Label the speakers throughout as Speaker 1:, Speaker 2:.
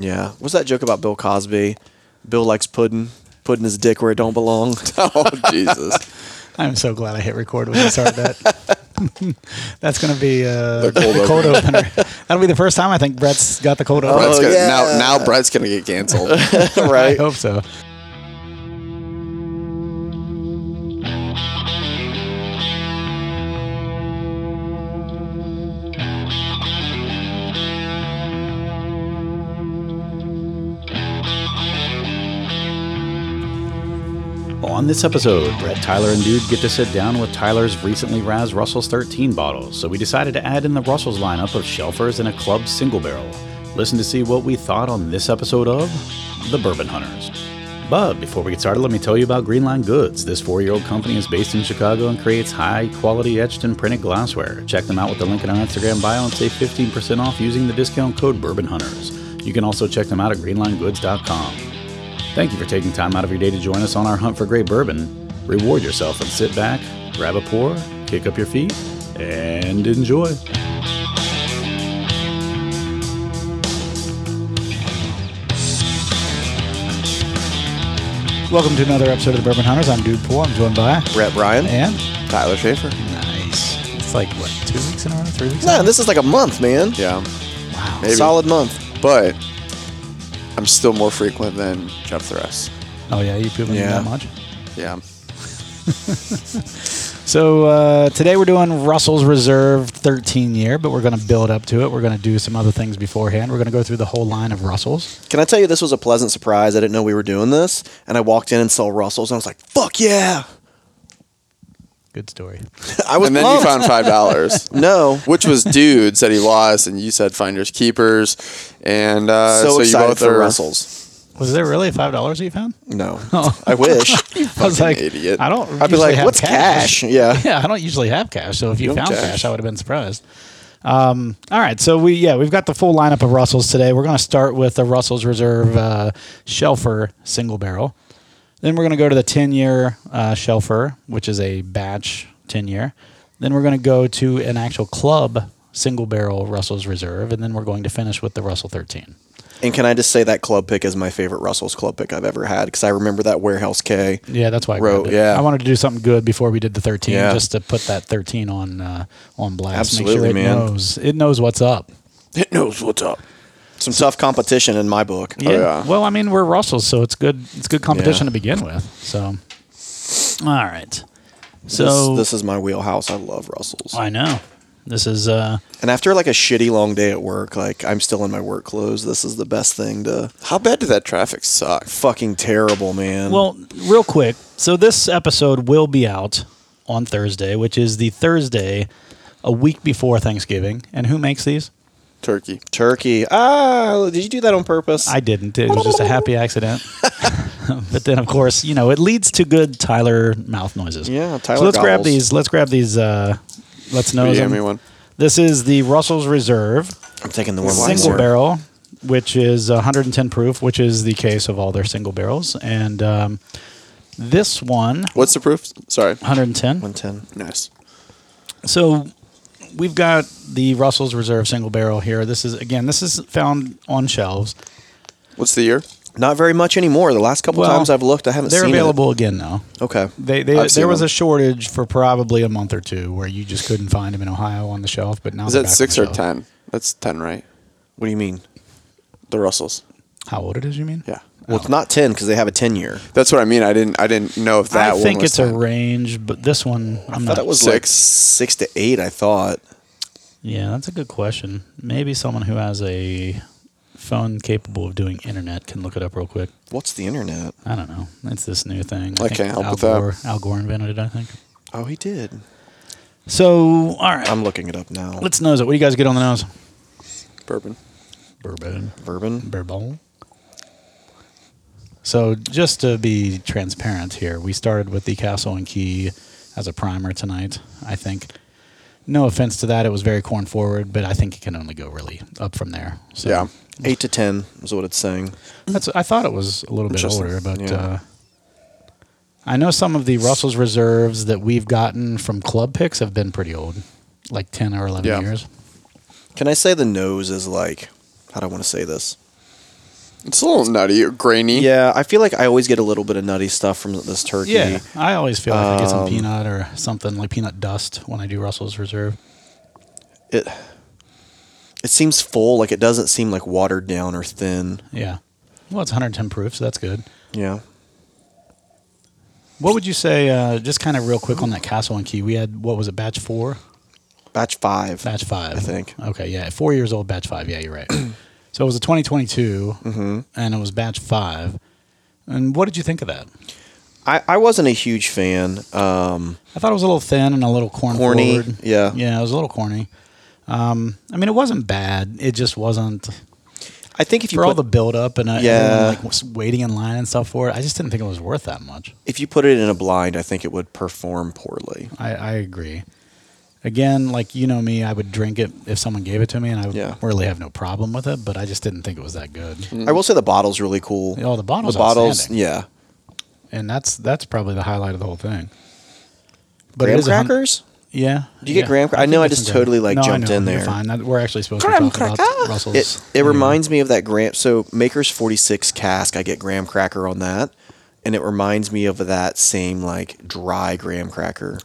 Speaker 1: Yeah. What's that joke about Bill Cosby? Bill likes pudding. Putting his dick where it don't belong.
Speaker 2: Oh Jesus!
Speaker 3: I'm so glad I hit record when I started that. That's going to be uh, the,
Speaker 2: The
Speaker 3: cold,
Speaker 2: cold
Speaker 3: opener. Oh. That'll be the first time I think Brett's got the cold opener.
Speaker 2: Brett's gonna,
Speaker 1: yeah.
Speaker 2: Now, now Brett's gonna get canceled.
Speaker 3: I
Speaker 1: right.
Speaker 3: hope so.
Speaker 4: On this episode, Brett, Tyler, and Dude get to sit down with Tyler's recently razed Russell's 13 bottles, so we decided to add in the Russell's lineup of shelfers and a club single barrel. Listen to see what we thought on this episode of The Bourbon Hunters. But before we get started, let me tell you about Greenline Goods. This four year old company is based in Chicago and creates high quality etched and printed glassware. Check them out with the link in our Instagram bio and save 15% off using the discount code Bourbon Hunters. You can also check them out at greenlinegoods.com. Thank you for taking time out of your day to join us on our hunt for great bourbon. Reward yourself and sit back, grab a pour, kick up your feet, and enjoy.
Speaker 3: Welcome to another episode of the Bourbon Hunters. I'm Dude Poole. I'm joined by
Speaker 1: Brett Bryan.
Speaker 3: and
Speaker 2: Tyler Schaefer.
Speaker 3: nice. It's like what two weeks in a row, three weeks.
Speaker 1: No, this is like a month, man.
Speaker 2: Yeah,
Speaker 3: wow.
Speaker 2: maybe.
Speaker 1: Solid month.
Speaker 2: but I'm still more frequent than Jeff Thress.
Speaker 3: Oh yeah, you pooping
Speaker 1: Yeah.
Speaker 3: that much.
Speaker 2: Yeah,
Speaker 3: So uh, today we're doing Russell's Reserve 13 year, but we're going to build up to it. We're going to do some other things beforehand. We're going to go through the whole line of Russells.
Speaker 1: Can I tell you this was a pleasant surprise? I didn't know we were doing this, and I walked in and saw Russell's, and I was like, "Fuck yeah!"
Speaker 3: Good story.
Speaker 1: I was
Speaker 2: and then
Speaker 1: pumped.
Speaker 2: you found five dollars,
Speaker 1: no.
Speaker 2: which was dude said he lost, and you said finders keepers, and uh,
Speaker 1: So
Speaker 2: so, you
Speaker 1: excited
Speaker 2: both
Speaker 1: for
Speaker 2: are
Speaker 1: Russell's.
Speaker 3: Was there really five dollars that you found?
Speaker 1: No,
Speaker 2: Oh.
Speaker 1: I wish.
Speaker 3: I was like,
Speaker 2: idiot.
Speaker 3: I don't.
Speaker 1: I'd be
Speaker 3: usually
Speaker 1: like,
Speaker 3: have
Speaker 1: "What's cash?" Yeah.
Speaker 3: Yeah, I don't usually have cash. So if you
Speaker 2: don't
Speaker 3: found
Speaker 2: cash.
Speaker 3: cash, I would have been surprised. Um, all right, so we yeah we've got the full lineup of Russells today. We're going to start with the Russells Reserve uh, Shelfer Single Barrel. Then we're going to go to the ten year uh, Shelfer, which is a batch ten year. Then we're going to go to an actual club single barrel Russell's Reserve, and then we're going to finish with the Russell thirteen.
Speaker 1: And can I just say that club pick is my favorite Russell's club pick I've ever had because I remember that warehouse K.
Speaker 3: Yeah, that's why I
Speaker 1: Row,
Speaker 3: grabbed it.
Speaker 1: yeah.
Speaker 3: I wanted to do something good before we did the 13,
Speaker 1: Yeah.
Speaker 3: just to put that 13 on uh, on blast. Make sure
Speaker 1: Absolutely,
Speaker 3: it
Speaker 1: man.
Speaker 3: knows it knows what's up.
Speaker 1: It knows what's up. Some tough competition in my book.
Speaker 3: Yeah.
Speaker 2: Oh,
Speaker 3: Well, I mean, we're Russell's, so it's good. It's good
Speaker 1: Oh,
Speaker 3: competition
Speaker 1: Yeah.
Speaker 3: to begin with. So, all right.
Speaker 1: So
Speaker 3: So
Speaker 1: this, this is my wheelhouse. I love Russell's.
Speaker 3: I know this is uh,
Speaker 1: And after like a shitty long day at work, like I'm still in my work clothes. This is the best thing to
Speaker 2: How bad did that traffic suck?
Speaker 1: fucking terrible, man.
Speaker 3: well, real quick. So this episode will be out on Thursday, which is the Thursday a week before Thanksgiving. And who makes these?
Speaker 2: Turkey.
Speaker 1: turkey. Ah, did you do that on purpose?
Speaker 3: I didn't. It was just a happy accident. but then, of course, you know, it leads to good Tyler mouth noises.
Speaker 1: Yeah, Tyler
Speaker 3: So let's grab
Speaker 1: gobbles.
Speaker 3: these. Let's grab these. Uh, let's know.
Speaker 2: you hand me one?
Speaker 3: This is the Russell's Reserve
Speaker 1: I'm taking the one
Speaker 3: single barrel, which is 110 proof, which is the case of all their single barrels, and um, this one
Speaker 2: What's the proof? Sorry.
Speaker 3: 110.
Speaker 1: 110.
Speaker 2: Nice.
Speaker 3: So we've got the Russell's Reserve single barrel here. This is again, this is found on shelves.
Speaker 2: What's the year?
Speaker 1: Not very much anymore. The last couple
Speaker 3: Well,
Speaker 1: times I've looked, I haven't
Speaker 3: They're
Speaker 1: seen
Speaker 3: available again now.
Speaker 1: it. Okay.
Speaker 3: They, they,
Speaker 2: I've seen
Speaker 3: there was
Speaker 2: them.
Speaker 3: a shortage for probably a month or two where you just couldn't find them in Ohio on the shelf, but now
Speaker 2: Is
Speaker 3: they're
Speaker 2: that
Speaker 3: back on
Speaker 2: six
Speaker 3: the
Speaker 2: or
Speaker 3: shelf.
Speaker 2: ten? That's ten, right?
Speaker 1: What do you mean?
Speaker 2: The Russells.
Speaker 3: How old it is? You mean?
Speaker 2: Yeah.
Speaker 1: Well, it's not 10 because they have a 10 year.
Speaker 2: That's what I mean. I didn't. I didn't know if that
Speaker 3: I
Speaker 2: one
Speaker 3: think
Speaker 2: was
Speaker 3: it's
Speaker 2: 10.
Speaker 3: a range, but this one I'm
Speaker 1: I thought
Speaker 3: not.
Speaker 1: it was like
Speaker 2: Six.
Speaker 1: six to eight. I thought.
Speaker 3: Yeah, that's a good question. Maybe someone who has a phone capable of doing internet can look it up real quick.
Speaker 1: What's the internet?
Speaker 3: I don't know. It's this new thing.
Speaker 2: I
Speaker 3: think
Speaker 2: can't help
Speaker 3: Al
Speaker 2: with that.
Speaker 3: Gore, Al Gore invented it, I think.
Speaker 1: Oh, he did.
Speaker 3: So, all right.
Speaker 1: I'm looking it up now.
Speaker 3: Let's nose it. What do you guys get on the nose?
Speaker 2: bourbon.
Speaker 3: Bourbon.
Speaker 1: Bourbon.
Speaker 3: Bourbon. So, just to be transparent here, we started with the Castle and Key as a primer tonight. I think, no offense to that, it was very corn forward, but I think it can only go really up from there. So
Speaker 2: Yeah.
Speaker 1: Eight to 10 is what it's saying.
Speaker 3: that's. I thought it was a little bit
Speaker 1: Interesting.
Speaker 3: older, but
Speaker 1: Yeah.
Speaker 3: uh, I know some of the Russell's reserves that we've gotten from club picks have been pretty old, like ten or eleven
Speaker 2: Yeah.
Speaker 3: years.
Speaker 1: Can I say the nose is like, how do I want to say this?
Speaker 2: It's a little nutty or
Speaker 3: Mm.
Speaker 2: grainy.
Speaker 1: Yeah, I feel like I always get a little bit of nutty stuff from this turkey.
Speaker 3: Yeah, I always feel like I get some
Speaker 1: Um,
Speaker 3: peanut or something like peanut dust when I do Russell's Reserve.
Speaker 1: It it seems full, like it doesn't seem like watered down or thin.
Speaker 3: Yeah. Well, it's 110 proof, so that's good.
Speaker 1: Yeah.
Speaker 3: What would you say, uh, just kind of real quick on that Castle and Key? We had, what was it, batch four?
Speaker 1: Batch 5.
Speaker 3: Batch five.
Speaker 1: I think.
Speaker 3: Okay, yeah. Four years old, batch five. Yeah, you're right. so it was a 2022,
Speaker 1: Mm-hmm.
Speaker 3: and it was batch five. And what did you think of that?
Speaker 1: I, I wasn't a huge fan. Um,
Speaker 3: I thought it was a little thin and a little corn
Speaker 1: Corny,
Speaker 3: forward.
Speaker 1: yeah.
Speaker 3: Yeah, it was a little corny. Um, I mean, it wasn't bad. It just wasn't.
Speaker 1: I think if you
Speaker 3: for all
Speaker 1: put,
Speaker 3: the build up and uh,
Speaker 1: Yeah.
Speaker 3: everyone, like was waiting in line and stuff for it, I just didn't think it was worth that much.
Speaker 1: if you put it in a blind, I think it would perform poorly.
Speaker 3: I, I agree. Again, like you know me, I would drink it if someone gave it to me, and I would
Speaker 1: Yeah. Mm.
Speaker 3: really have no problem with it. But I just didn't think it was that good.
Speaker 1: I will say the bottle's really cool.
Speaker 3: Oh, Mm. the bottle's
Speaker 1: the bottles,
Speaker 3: outstanding.
Speaker 1: yeah.
Speaker 3: And that's that's probably the highlight of the whole thing. But it
Speaker 1: graham
Speaker 3: is a hun-
Speaker 1: crackers?
Speaker 3: yeah.
Speaker 1: Do you get
Speaker 3: yeah.
Speaker 1: graham cra- I
Speaker 3: think
Speaker 1: know I
Speaker 3: it's
Speaker 1: just
Speaker 3: in graham.
Speaker 1: totally, like,
Speaker 3: No, I
Speaker 1: jumped
Speaker 3: know.
Speaker 1: in
Speaker 3: You're
Speaker 1: there.
Speaker 3: Fine. That- We're actually supposed
Speaker 1: Graham
Speaker 3: to talk about
Speaker 1: cracker.
Speaker 3: Russell's.
Speaker 1: It, it reminds me of that Graham. So Maker's 46 cask, I get graham cracker on that. And it reminds me of that same like dry graham cracker.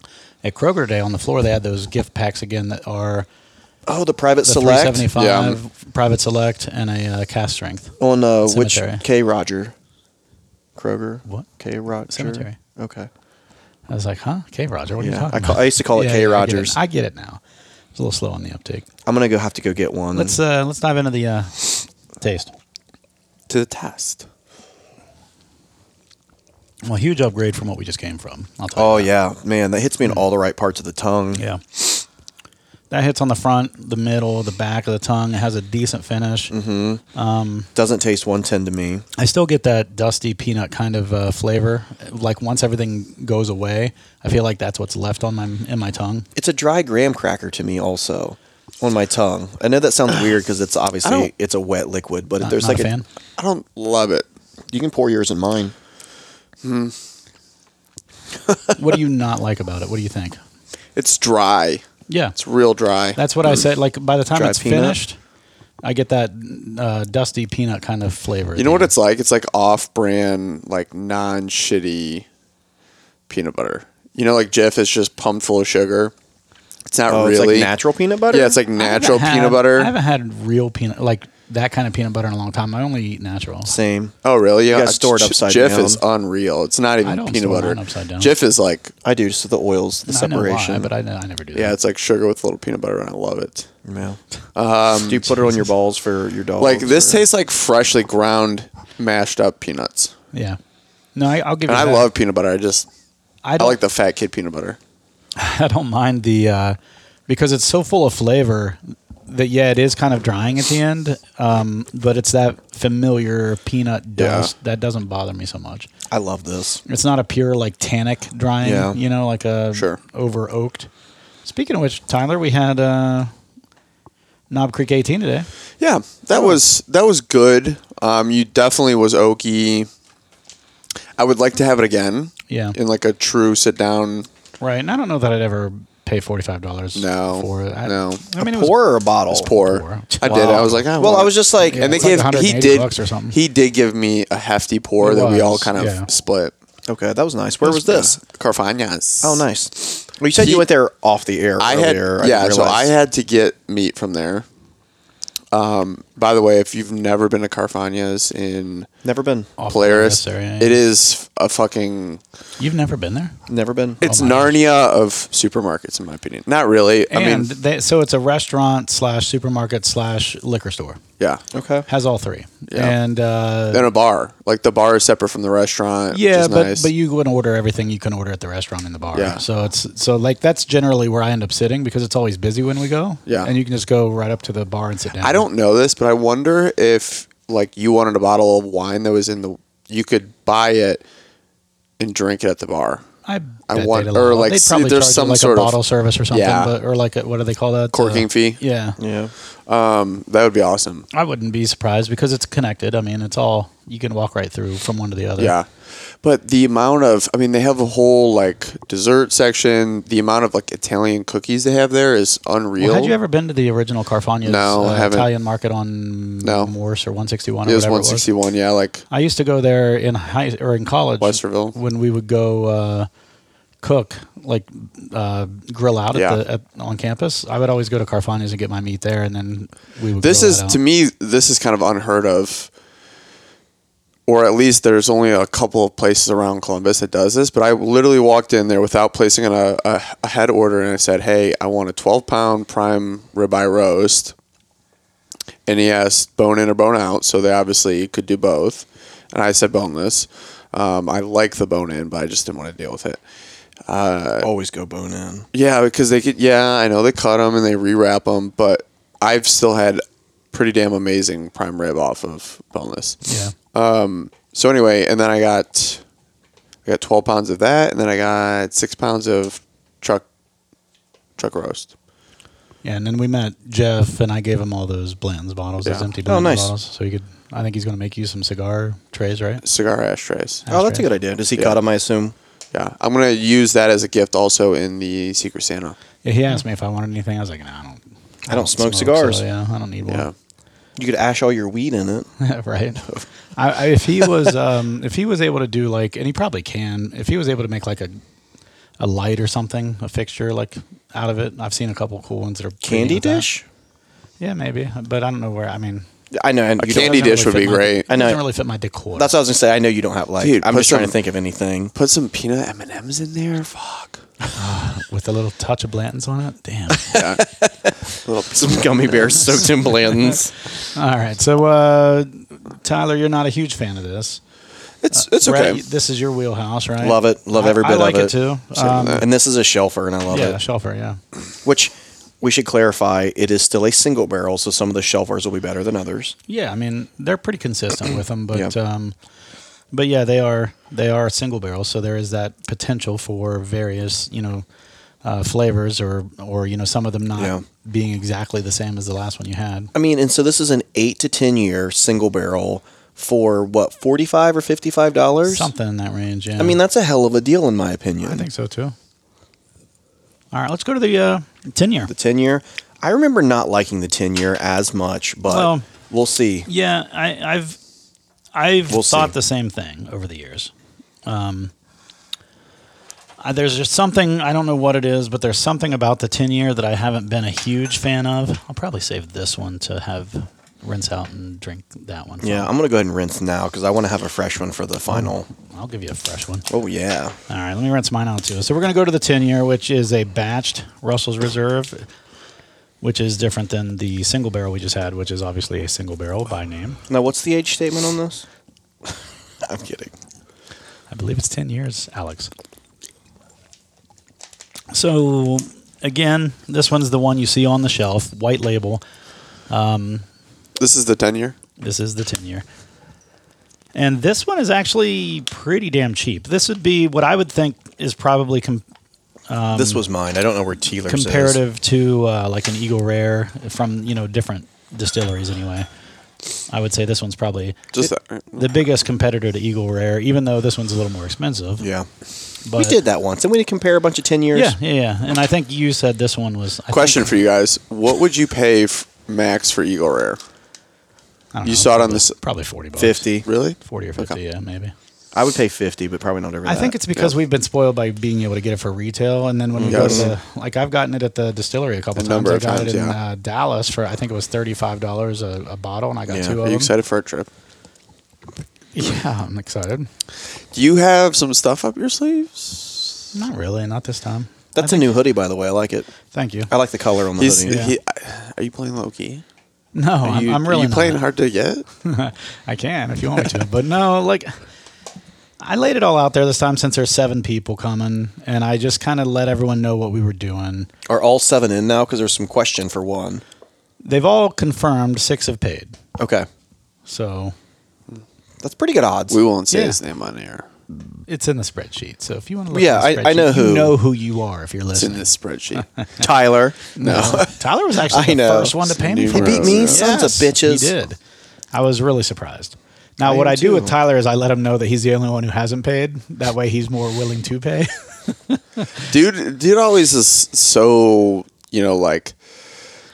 Speaker 3: at Kroger Day on the floor. They had those gift packs again that are
Speaker 1: Oh, the private
Speaker 3: the
Speaker 1: select
Speaker 3: 375 private select and a uh, cast strength.
Speaker 1: on uh, which
Speaker 3: Cemetery.
Speaker 1: K Roger, Kroger.
Speaker 3: What?
Speaker 1: K Roger
Speaker 3: Cemetery.
Speaker 1: Okay.
Speaker 3: I was like, huh? K. Roger, what are
Speaker 1: Yeah,
Speaker 3: you talking
Speaker 1: I call-
Speaker 3: about?
Speaker 1: I used to call it K.
Speaker 3: I get
Speaker 1: Rogers.
Speaker 3: I get it now. It's a little slow on the uptake.
Speaker 1: I'm gonna go have to go get one.
Speaker 3: Let's uh, let's dive into the uh, taste.
Speaker 2: To the test.
Speaker 3: Well, huge upgrade from what we just came from. I'll tell
Speaker 1: oh
Speaker 3: you that.
Speaker 1: yeah, man, that hits me in all the right parts of the tongue.
Speaker 3: yeah. That hits on the front, the middle, the back of the tongue. It has a decent finish.
Speaker 1: Mm-hmm. Doesn't taste 110 to me.
Speaker 3: I still get that dusty peanut kind of uh, flavor. Like once everything goes away, I feel like that's what's left on my in my tongue.
Speaker 1: It's a dry graham cracker to me also on my tongue. I know that sounds weird because it's obviously
Speaker 2: don't-
Speaker 1: it's a wet liquid, but
Speaker 3: Not,
Speaker 1: if there's
Speaker 3: not
Speaker 1: like
Speaker 3: a
Speaker 1: a,
Speaker 3: fan.
Speaker 2: I don't love it.
Speaker 1: you can pour yours in mine.
Speaker 3: what do you not like about it? What do you think?
Speaker 2: It's dry.
Speaker 3: Yeah,
Speaker 2: It's real dry.
Speaker 3: That's what I said. Like by the time
Speaker 1: Mm. Dry
Speaker 3: it's
Speaker 1: peanut?
Speaker 3: finished, I get that uh, dusty peanut kind of flavor.
Speaker 2: you know what it's like? It's like off-brand, like non-shitty peanut butter. You know, like Jeff is just pumped full of sugar. It's not
Speaker 1: Oh,
Speaker 2: really
Speaker 1: it's like natural peanut butter.
Speaker 2: Yeah, it's like
Speaker 3: I haven't
Speaker 2: natural
Speaker 3: had-
Speaker 2: peanut
Speaker 3: I
Speaker 2: butter.
Speaker 3: haven't had real peanut like that kind of peanut butter in a long time. I only eat natural.
Speaker 1: same.
Speaker 2: Oh, really? Yeah,
Speaker 1: gotta store it
Speaker 2: J-
Speaker 1: upside
Speaker 2: Jeff
Speaker 1: down.
Speaker 2: is unreal. It's not
Speaker 3: I
Speaker 2: even
Speaker 3: don't
Speaker 2: peanut
Speaker 3: store
Speaker 2: butter.
Speaker 3: mine upside down.
Speaker 2: Jeff is like,
Speaker 1: I do. So the oils, the
Speaker 3: And I know why,
Speaker 1: separation.
Speaker 3: but I, I never do that.
Speaker 2: yeah, it's like sugar with a little peanut butter, and I love it.
Speaker 1: Yeah. do you put it on your balls for your dog?
Speaker 2: Um, Like this tastes like freshly ground, mashed up peanuts.
Speaker 3: yeah. No, I, I'll give you.
Speaker 2: And I
Speaker 3: that.
Speaker 2: love peanut butter. I just
Speaker 3: I,
Speaker 2: I
Speaker 3: don't,
Speaker 2: like the fat kid peanut butter.
Speaker 3: I don't mind the uh, because it's so full of flavor that yeah, it is kind of drying at the end. Um, but it's that familiar peanut
Speaker 2: Yeah.
Speaker 3: dust that doesn't bother me so much.
Speaker 1: I love this.
Speaker 3: It's not a pure like tannic drying,
Speaker 1: Yeah.
Speaker 3: you know, like a
Speaker 2: Sure.
Speaker 3: over oaked. Speaking of which, Tyler, we had uh, Knob Creek 18 today.
Speaker 2: Yeah, that
Speaker 3: Oh.
Speaker 2: was that was good. Um, you definitely was oaky. I would like to have it again
Speaker 3: Yeah,
Speaker 2: in like a true sit down.
Speaker 3: right. And I don't know that I'd ever pay forty five dollars.
Speaker 2: No,
Speaker 3: for it. I,
Speaker 2: no.
Speaker 3: I mean,
Speaker 1: a
Speaker 3: it
Speaker 1: pour
Speaker 3: was,
Speaker 1: or a bottle?
Speaker 2: It's poor.
Speaker 3: Poor.
Speaker 2: I did. I was like, I
Speaker 1: Well,
Speaker 2: want
Speaker 1: I
Speaker 2: it.
Speaker 1: was just like,
Speaker 3: Yeah,
Speaker 2: and they
Speaker 3: it's like
Speaker 2: gave he
Speaker 3: 180
Speaker 2: did
Speaker 3: bucks or something.
Speaker 2: he did give me a hefty pour
Speaker 3: It
Speaker 2: that we all
Speaker 3: was,
Speaker 2: kind of
Speaker 3: yeah.
Speaker 2: split.
Speaker 1: okay, that was nice. Where was this?
Speaker 2: Carfagnas.
Speaker 1: Oh, nice. Well, you said
Speaker 2: He-
Speaker 1: you went there off the air.
Speaker 2: I had
Speaker 1: earlier.
Speaker 2: yeah,
Speaker 1: didn't
Speaker 2: so I
Speaker 1: realize.
Speaker 2: had to get meat from there. Um, by the way, if you've never been to Carfagna's in
Speaker 1: never been,
Speaker 3: Off
Speaker 2: Polaris,
Speaker 3: the Polaris area, yeah.
Speaker 2: it is a fucking
Speaker 3: You've never been there,
Speaker 1: never been.
Speaker 2: it's
Speaker 3: my gosh.
Speaker 2: Narnia of supermarkets in my opinion. Not really. I
Speaker 3: and
Speaker 2: mean,
Speaker 3: they, so it's a restaurant slash supermarket slash liquor store.
Speaker 2: yeah.
Speaker 1: okay.
Speaker 3: Has all three,
Speaker 2: Yeah.
Speaker 3: and uh,
Speaker 2: And a bar. Like the bar is separate from the restaurant. which
Speaker 3: Yeah,
Speaker 2: is
Speaker 3: but
Speaker 2: nice.
Speaker 3: but you can order everything you can order at the restaurant in the bar.
Speaker 2: Yeah.
Speaker 3: So it's so like that's generally where I end up sitting because it's always busy when we go.
Speaker 2: Yeah.
Speaker 3: And you can just go right up to the bar and sit down.
Speaker 2: I don't know this, but I wonder if like you wanted a bottle of wine that was in the you could buy it and drink it at the bar.
Speaker 3: I,
Speaker 2: I I
Speaker 3: that
Speaker 2: want
Speaker 3: data
Speaker 2: or
Speaker 3: log.
Speaker 2: like
Speaker 3: They'd
Speaker 2: see,
Speaker 3: probably
Speaker 2: there's
Speaker 3: charge
Speaker 2: some
Speaker 3: you, like
Speaker 2: sort
Speaker 3: a bottle
Speaker 2: of
Speaker 3: service or something,
Speaker 2: Yeah.
Speaker 3: but, or like a, what do they call that?
Speaker 2: corking
Speaker 3: Uh,
Speaker 2: fee. Mm,
Speaker 3: Yeah,
Speaker 1: Oh, Yeah.
Speaker 2: That would be awesome.
Speaker 3: I wouldn't be surprised because it's connected. I mean, it's all you can walk right through from one to the other.
Speaker 2: Yeah. But the amount of, I mean, they have a whole like dessert section. The amount of like Italian cookies they have there is unreal.
Speaker 3: Well, had you ever been to the original Carfagna's
Speaker 2: No, I
Speaker 3: uh,
Speaker 2: haven't.
Speaker 3: Italian market on
Speaker 2: No.
Speaker 3: Morse or 161 or
Speaker 2: It was
Speaker 3: whatever it was?
Speaker 2: 161. Yeah, like
Speaker 3: I used to go there in high or in college,
Speaker 2: Westerville.
Speaker 3: when we would go uh, cook, like uh, grill out
Speaker 2: Yeah.
Speaker 3: at the, at, on campus. I would always go to Carfagna's and get my meat there, and then we would.
Speaker 2: this
Speaker 3: grill
Speaker 2: is
Speaker 3: that out.
Speaker 2: to me. This is kind of unheard of. Or at least there's only a couple of places around Columbus that does this. But I literally walked in there without placing an, a, a, a head order, and I said, "Hey, I want a 12 pound prime ribeye roast." And he asked bone in or bone out, so they obviously could do both. And I said boneless. Um, I like the bone in, but I just didn't want to deal with it. Uh,
Speaker 1: Always go bone in.
Speaker 2: Yeah, because they could. Yeah, I know they cut them and they rewrap them, but I've still had pretty damn amazing prime rib off of boneless.
Speaker 3: yeah.
Speaker 2: So anyway, and then I got I got twelve pounds of that, and then I got six pounds of truck truck roast.
Speaker 3: Yeah, and then we met Jeff, and I gave him all those Blanton's bottles, those
Speaker 2: Yeah.
Speaker 3: empty
Speaker 1: Oh,
Speaker 3: Blanton's
Speaker 1: nice.
Speaker 3: bottles, so he could. I think he's going to make you some cigar trays, right?
Speaker 2: Cigar ashtrays.
Speaker 1: Oh, that's a
Speaker 3: right.
Speaker 1: good idea. Does he cut 'em, cut them? I assume.
Speaker 2: Yeah, I'm gonna use that as a gift also in the Secret Santa.
Speaker 3: Yeah, he asked me if I wanted anything. I was like, no, I don't.
Speaker 1: I don't smoke cigars.
Speaker 3: so, yeah, I don't need one.
Speaker 2: Yeah,
Speaker 1: You could ash all your weed in it.
Speaker 3: right. I, I, if he was, um, if he was able to do like, and he probably can, if he was able to make like a, a light or something, a fixture like out of it. I've seen a couple cool ones that are pretty
Speaker 1: Candy
Speaker 3: with that.
Speaker 1: dish.
Speaker 3: Yeah, maybe, but I don't know where. I mean,
Speaker 1: I know. And
Speaker 2: a
Speaker 1: you don't-
Speaker 2: candy
Speaker 3: doesn't
Speaker 2: dish would
Speaker 3: really
Speaker 2: be
Speaker 3: fit my-
Speaker 2: great.
Speaker 1: I
Speaker 3: It
Speaker 1: know.
Speaker 3: doesn't really fit my decor.
Speaker 1: That's what I was gonna say. I know you don't have like.
Speaker 2: Dude,
Speaker 1: I'm
Speaker 2: put
Speaker 1: just trying
Speaker 2: some-
Speaker 1: to think of anything.
Speaker 2: Put some peanut M and M's in there. Fuck.
Speaker 3: with a little touch of Blanton's on it. Damn.
Speaker 2: Yeah. Little
Speaker 1: Some gummy bears soaked in Blanton's.
Speaker 3: All right, so uh, Tyler, you're not a huge fan of this.
Speaker 2: It's it's
Speaker 3: Brett,
Speaker 2: okay.
Speaker 3: This is your wheelhouse, right?
Speaker 1: Love it. Love
Speaker 3: I-
Speaker 1: every
Speaker 3: I
Speaker 1: bit
Speaker 3: like
Speaker 1: of
Speaker 3: it
Speaker 1: it.
Speaker 3: too.
Speaker 1: Same
Speaker 3: Um,
Speaker 1: with that. and this is a shelfer, and I love
Speaker 3: Yeah,
Speaker 1: it.
Speaker 3: Shelfer. Yeah.
Speaker 1: Which we should clarify, it is still a single barrel, so some of the shelfers will be better than others.
Speaker 3: Yeah, I mean they're pretty consistent with them, but
Speaker 1: Yeah.
Speaker 3: um, but yeah, they are they are single barrels, so there is that potential for various you know uh, flavors or or you know some of them not
Speaker 1: Yeah.
Speaker 3: being exactly the same as the last one you had.
Speaker 1: I mean, and so this is an eight to ten year single barrel for what forty five or fifty five dollars.
Speaker 3: Something in that range. Yeah,
Speaker 1: I mean, that's a hell of a deal in my opinion.
Speaker 3: I think so too. All right, let's go to the uh, ten year.
Speaker 1: the ten year. I remember not liking the ten year as much, but
Speaker 3: Well-
Speaker 1: we'll see.
Speaker 3: Yeah, I, I've I've
Speaker 1: We'll
Speaker 3: thought
Speaker 1: see.
Speaker 3: the same thing over the years. Um, I, there's just something I don't know what it is, but there's something about the ten year that I haven't been a huge fan of. I'll probably save this one to have rinse out and drink that one.
Speaker 1: Yeah, I'm gonna go ahead and rinse now because I want to have a fresh one for the final.
Speaker 3: I'll give you a fresh one.
Speaker 1: Oh yeah,
Speaker 3: All right, let me rinse mine out too. So we're going to go to the 10 year, which is a batched Russell's Reserve, which is different than the single barrel we just had, which is obviously a single barrel by name.
Speaker 1: Now, what's the age statement on this? I'm kidding.
Speaker 3: I believe it's 10 years, Alex. So, again, this one's the one you see on the shelf, white label.
Speaker 2: This is the ten year.
Speaker 3: This is the 10 year. And this one is actually pretty damn cheap. This would be what I would think is probably com-
Speaker 1: this was mine. I don't know where Teeler's is.
Speaker 3: Um, comparative to uh, like an Eagle Rare from, you know, different distilleries anyway. I would say this one's probably
Speaker 2: Just that.
Speaker 3: the biggest competitor to Eagle Rare, even though this one's a little more expensive.
Speaker 1: Yeah,
Speaker 3: but
Speaker 1: we did that once, and we did compare a bunch of ten years.
Speaker 3: Yeah, yeah, yeah. And I think you said this one was. I
Speaker 2: Question
Speaker 3: think-
Speaker 2: for you guys: What would you pay f- max for Eagle Rare?
Speaker 3: I don't
Speaker 2: You
Speaker 3: know,
Speaker 2: saw it on
Speaker 3: probably-
Speaker 2: this-
Speaker 3: probably forty bucks.
Speaker 1: fifty.
Speaker 2: Really?
Speaker 3: 40 or fifty, yeah, maybe.
Speaker 1: I would pay fifty, but probably not over.
Speaker 3: I
Speaker 1: that.
Speaker 3: think it's because we've been spoiled by being able to get it for retail, and then when we go to
Speaker 2: Yes.
Speaker 3: the, like I've gotten it at the distillery a couple
Speaker 2: A
Speaker 3: times.
Speaker 2: number
Speaker 3: I
Speaker 2: of
Speaker 3: got
Speaker 2: times,
Speaker 3: it in
Speaker 2: yeah.
Speaker 3: uh, Dallas for I think it was thirty five dollars a a bottle, and I got
Speaker 1: Yeah.
Speaker 3: two
Speaker 2: Are
Speaker 3: of
Speaker 2: you
Speaker 3: them.
Speaker 2: excited for our trip?
Speaker 3: Yeah, I'm excited.
Speaker 2: Do you have some stuff up your sleeves?
Speaker 3: Not really, not this time.
Speaker 1: that's a new hoodie, by the way. I like it.
Speaker 3: Thank
Speaker 2: Oh,
Speaker 3: you.
Speaker 1: I like the color on the
Speaker 2: He's,
Speaker 1: hoodie.
Speaker 3: yeah.
Speaker 2: he, I- are you playing Loki?
Speaker 3: No,
Speaker 2: Are
Speaker 3: I'm,
Speaker 2: you,
Speaker 3: I'm really
Speaker 2: are you playing
Speaker 3: not.
Speaker 2: hard to get?
Speaker 3: I can if you want me to, but no, like I laid it all out there this time since there's seven people coming, and I just kind of let everyone know what we were doing.
Speaker 1: Are all seven in now? Because there's some question for one.
Speaker 3: They've all confirmed six have paid,
Speaker 1: Okay,
Speaker 3: so
Speaker 1: that's pretty good odds.
Speaker 2: We won't say
Speaker 3: Yeah.
Speaker 2: his name on air.
Speaker 3: It's in the spreadsheet. So if you want to look
Speaker 1: Yeah,
Speaker 3: at the
Speaker 1: I- I know
Speaker 3: spreadsheet, you
Speaker 1: who.
Speaker 3: know who you are if you're
Speaker 2: It's in
Speaker 3: listening.
Speaker 2: this spreadsheet.
Speaker 1: Tyler.
Speaker 2: no.
Speaker 3: Tyler was actually
Speaker 1: I
Speaker 3: the
Speaker 1: know.
Speaker 3: first one to pay me.
Speaker 2: He
Speaker 3: for
Speaker 2: beat
Speaker 3: it.
Speaker 2: me,
Speaker 1: sons of bitches.
Speaker 3: He did. I was really surprised. Now,
Speaker 1: I
Speaker 3: what
Speaker 1: am
Speaker 3: I do
Speaker 1: too.
Speaker 3: with Tyler is I let him know that he's the only one who hasn't paid. That way, he's more willing to pay.
Speaker 2: dude dude always is so you know like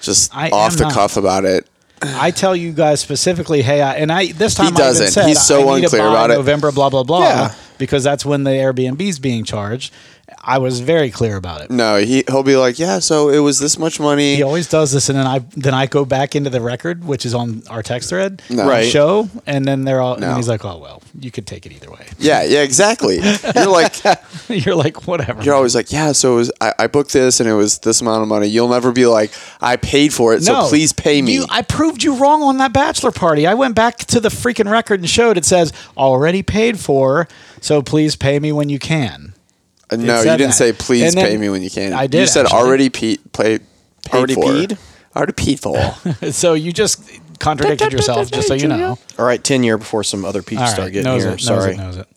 Speaker 2: just
Speaker 3: I
Speaker 2: off
Speaker 3: am
Speaker 2: the
Speaker 3: not.
Speaker 2: cuff about it
Speaker 3: I tell you guys specifically, hey, I, and I this time I even
Speaker 2: doesn't.
Speaker 3: said,
Speaker 2: He's so
Speaker 3: I need to
Speaker 2: unclear
Speaker 3: buy
Speaker 2: about it.
Speaker 3: November, blah blah blah,
Speaker 2: Yeah.
Speaker 3: because that's when the Airbnb's being charged. I was very clear about it.
Speaker 2: no he, he'll be like yeah so it was this much money
Speaker 3: He always does this, and then I then I go back into the record, which is on our text thread,
Speaker 2: No.
Speaker 3: on the
Speaker 2: Right.
Speaker 3: Show, and then they're all,
Speaker 2: No.
Speaker 3: and he's like, oh well, you could take it either way.
Speaker 2: yeah yeah exactly you're like
Speaker 3: You're like, whatever.
Speaker 2: you're always like yeah so it was, I, I booked this and it was this amount of money you'll never be like i paid for it so please pay me
Speaker 3: You, I proved you wrong on that bachelor party. I went back to the freaking record and showed it says already paid for, so please pay me when you can.
Speaker 2: Uh, no you
Speaker 3: said
Speaker 2: didn't
Speaker 3: that.
Speaker 2: say please
Speaker 3: And then-
Speaker 2: pay me when you can
Speaker 3: I did,
Speaker 2: you said
Speaker 3: actually.
Speaker 2: already pe- play, paid
Speaker 1: Already
Speaker 2: for.
Speaker 1: peed?
Speaker 2: already paid for
Speaker 3: So you just contradicted yourself, just so you know.
Speaker 1: All right, ten year before some other peach
Speaker 3: All right,
Speaker 1: start getting
Speaker 3: knows
Speaker 1: here.
Speaker 3: it, knows
Speaker 1: Sorry,
Speaker 3: it, knows it.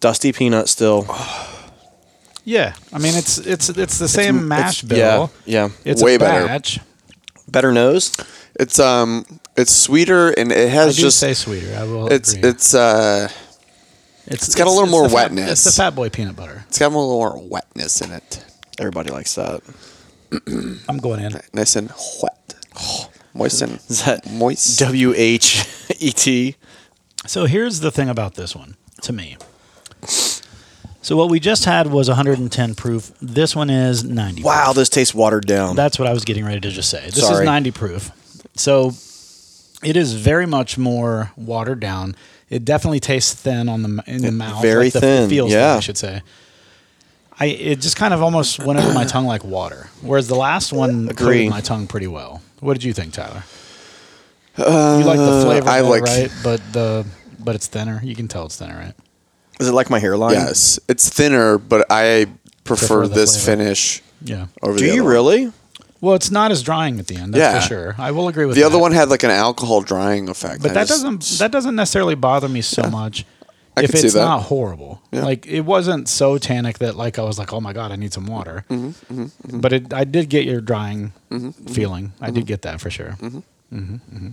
Speaker 1: Dusty Peanut still.
Speaker 3: Yeah, I mean it's it's it's the same mash bill.
Speaker 1: yeah, yeah.
Speaker 3: it's
Speaker 2: Way
Speaker 3: a
Speaker 2: better.
Speaker 3: batch.
Speaker 1: Better nose.
Speaker 2: it's um it's sweeter and it
Speaker 3: I do
Speaker 2: has just
Speaker 3: say sweeter. I will.
Speaker 2: it's
Speaker 3: agree.
Speaker 2: it's uh it's got a little more
Speaker 3: the fat-
Speaker 2: wetness.
Speaker 3: it's the Fat Boy peanut butter.
Speaker 2: It's got a little more wetness in it.
Speaker 1: Everybody likes that.
Speaker 3: I'm going in.
Speaker 2: Nice and wet. Moist and
Speaker 1: Is that
Speaker 2: moist.
Speaker 1: W H E T?
Speaker 3: So here's the thing about this one to me. So what we just had was 110 proof. This one is 90.
Speaker 1: Wow,
Speaker 3: Proof.
Speaker 1: this tastes watered down.
Speaker 3: That's what I was getting ready to just say. This is
Speaker 1: Sorry.
Speaker 3: 90 proof. So it is very much more watered down. It definitely tastes thin on the m- in the mouth.
Speaker 1: very
Speaker 3: like the,
Speaker 1: thin,
Speaker 3: It feels thin,
Speaker 1: yeah.
Speaker 3: I should say. I it just kind of almost went over my tongue like water. Whereas the last one
Speaker 1: Agree.
Speaker 3: coated my tongue pretty well. What did you think, Tyler? you like the flavor,
Speaker 2: I
Speaker 3: more,
Speaker 2: like-
Speaker 3: right? But the but it's thinner. You can tell it's thinner, right?
Speaker 1: Is it like my hairline?
Speaker 2: Yes, it's thinner, but I prefer,
Speaker 3: Prefer the
Speaker 2: this
Speaker 3: flavor.
Speaker 2: finish
Speaker 3: Yeah.
Speaker 2: over
Speaker 1: Do
Speaker 2: the other
Speaker 1: you
Speaker 2: one.
Speaker 1: really?
Speaker 3: Well, it's not as drying at the end. That's
Speaker 2: Yeah.
Speaker 3: for sure. I will agree with
Speaker 2: The
Speaker 3: that.
Speaker 2: other one had like an alcohol drying effect.
Speaker 3: but
Speaker 2: I
Speaker 3: that
Speaker 2: just-
Speaker 3: doesn't that doesn't necessarily bother me so much
Speaker 2: I
Speaker 3: if
Speaker 2: could see
Speaker 3: it's
Speaker 2: that.
Speaker 3: not horrible
Speaker 2: Yeah.
Speaker 3: like it wasn't so tannic that like i was like oh my god i need some water
Speaker 2: Mm-hmm,
Speaker 3: but it, i did get your drying feeling i did get that for sure mm-hmm.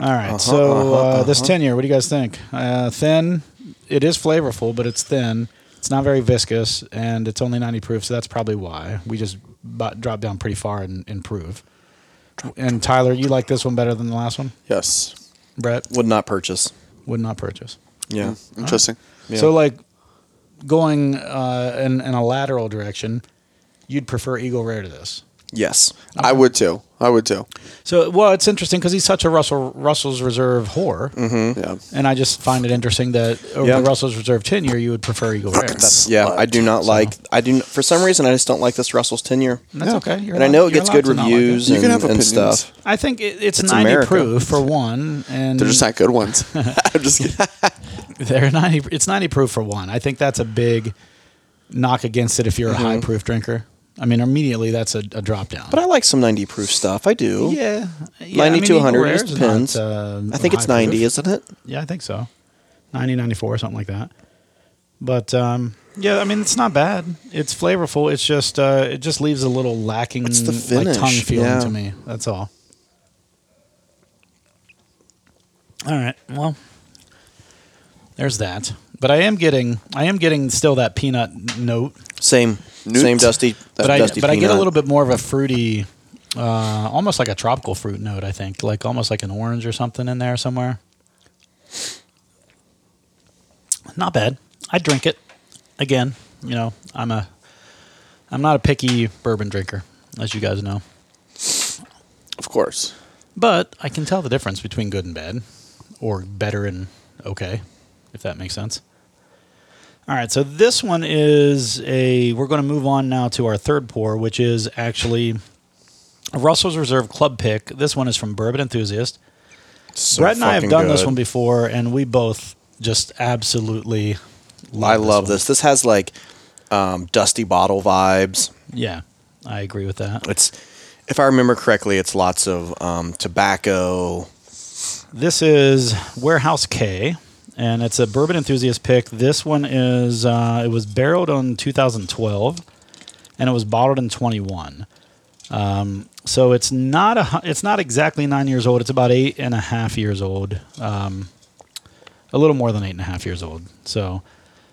Speaker 3: All right,
Speaker 2: Uh-huh,
Speaker 3: so uh this tenure, what do you guys think? Uh, thin, it is flavorful, but it's thin. It's not very viscous, and it's only ninety proof, so that's probably why we just bu- dropped down pretty far and improve. And Tyler, you like this one better than the last one,
Speaker 2: Yes.
Speaker 3: Brett?
Speaker 1: Would not purchase. Mm.
Speaker 3: would not purchase.
Speaker 1: Yeah.
Speaker 3: uh-huh.
Speaker 2: Interesting.
Speaker 1: Yeah.
Speaker 3: So like going uh, in, in a lateral direction, you'd prefer Eagle Rare to this.
Speaker 1: Yes.
Speaker 2: I would too. I would too.
Speaker 3: So well, it's interesting because he's such a Russell Russell's Reserve whore,
Speaker 2: Yeah.
Speaker 3: and I just find it interesting that over
Speaker 1: Mm-hmm. Yeah.
Speaker 3: the Russell's Reserve tenure, you would prefer Eagle Rare. That's,
Speaker 1: Yeah, I do not like. I do not, for some reason I just don't like this Russell's tenure.
Speaker 3: that's okay. You're
Speaker 1: and I
Speaker 3: allowed-
Speaker 1: know it
Speaker 3: you're
Speaker 1: gets
Speaker 3: allowed
Speaker 1: good
Speaker 3: to not like it.
Speaker 1: reviews
Speaker 2: You
Speaker 1: and,
Speaker 2: can have
Speaker 1: and
Speaker 2: opinions.
Speaker 1: stuff.
Speaker 3: I think it, it's,
Speaker 1: It's
Speaker 3: ninety
Speaker 1: America.
Speaker 3: proof for one, and
Speaker 2: They're just not good ones. I'm just kidding.
Speaker 3: They're ninety. It's ninety proof for one. I think that's a big knock against it if you're
Speaker 1: Mm-hmm.
Speaker 3: a high proof drinker. I mean, immediately that's a, a drop down.
Speaker 1: But I like some 90 proof stuff. I do.
Speaker 3: Yeah, yeah
Speaker 1: 90 to
Speaker 3: Eagle
Speaker 1: 100,
Speaker 3: Rare
Speaker 1: just
Speaker 3: is not,
Speaker 1: depends.
Speaker 3: uh,
Speaker 1: I think it's
Speaker 3: high
Speaker 1: 90,
Speaker 3: proof.
Speaker 1: isn't it?
Speaker 3: Yeah, I think so. 90, 94, something like that. But um, yeah, I mean it's not bad. It's flavorful. It's just uh, it just leaves a little lacking
Speaker 1: It's the
Speaker 3: like
Speaker 1: finish,
Speaker 3: tongue feeling
Speaker 1: yeah.
Speaker 3: to me. That's all. All right. Well, there's that. But I am getting I am getting still that peanut note
Speaker 1: Same.
Speaker 2: Newt.
Speaker 1: Same dusty. uh,
Speaker 3: but I,
Speaker 1: dusty
Speaker 3: but I get a
Speaker 1: peanut.
Speaker 3: little bit more of a fruity, uh, almost like a tropical fruit note. I think, like almost like an orange or something in there somewhere. Not bad. I drink it. Again, you know, I'm a, I'm not a picky bourbon drinker, as you guys know,
Speaker 2: of course.
Speaker 3: but I can tell the difference between good and bad, or better and okay, if that makes sense. All right, so this one is a. We're going to move on now to our third pour, which is actually a Russell's Reserve Club pick. This one is from Bourbon Enthusiast.
Speaker 1: So
Speaker 3: Brett and I have
Speaker 1: fucking
Speaker 3: done this
Speaker 1: good.
Speaker 3: one before, and we both just absolutely. Love
Speaker 1: I love
Speaker 3: one.
Speaker 1: this. This has like um, dusty bottle vibes.
Speaker 3: Yeah, I agree with that.
Speaker 1: It's, if I remember correctly, it's lots of um, tobacco.
Speaker 3: This is Warehouse K, and it's a bourbon enthusiast pick. This one is uh, it was barreled in 2012, and it was bottled in 21. Um, so it's not a hu- it's not exactly nine years old. It's about eight and a half years old, um, a little more than eight and a half years old. So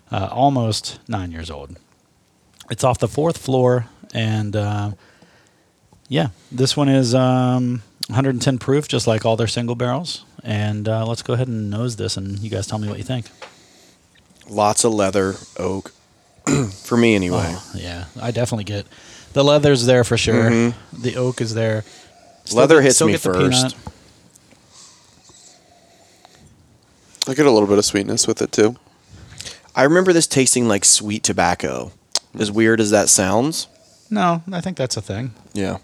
Speaker 3: uh, almost nine years old. It's off the fourth floor, and uh, yeah, this one is um, 110 proof, just like all their single barrels. And uh, let's go ahead and nose this, and you guys tell me what you think.
Speaker 1: Lots of leather, oak. For me, anyway.
Speaker 3: Oh, yeah, I definitely get the leather's there for sure. The oak is there.
Speaker 1: Mm-hmm. Leather
Speaker 3: get-
Speaker 1: hits me
Speaker 3: get the
Speaker 1: first.
Speaker 3: peanut.
Speaker 2: I get a little bit of sweetness with it too.
Speaker 1: I remember this tasting like sweet tobacco. As weird as that sounds.
Speaker 3: No, I think that's a thing.
Speaker 1: Yeah.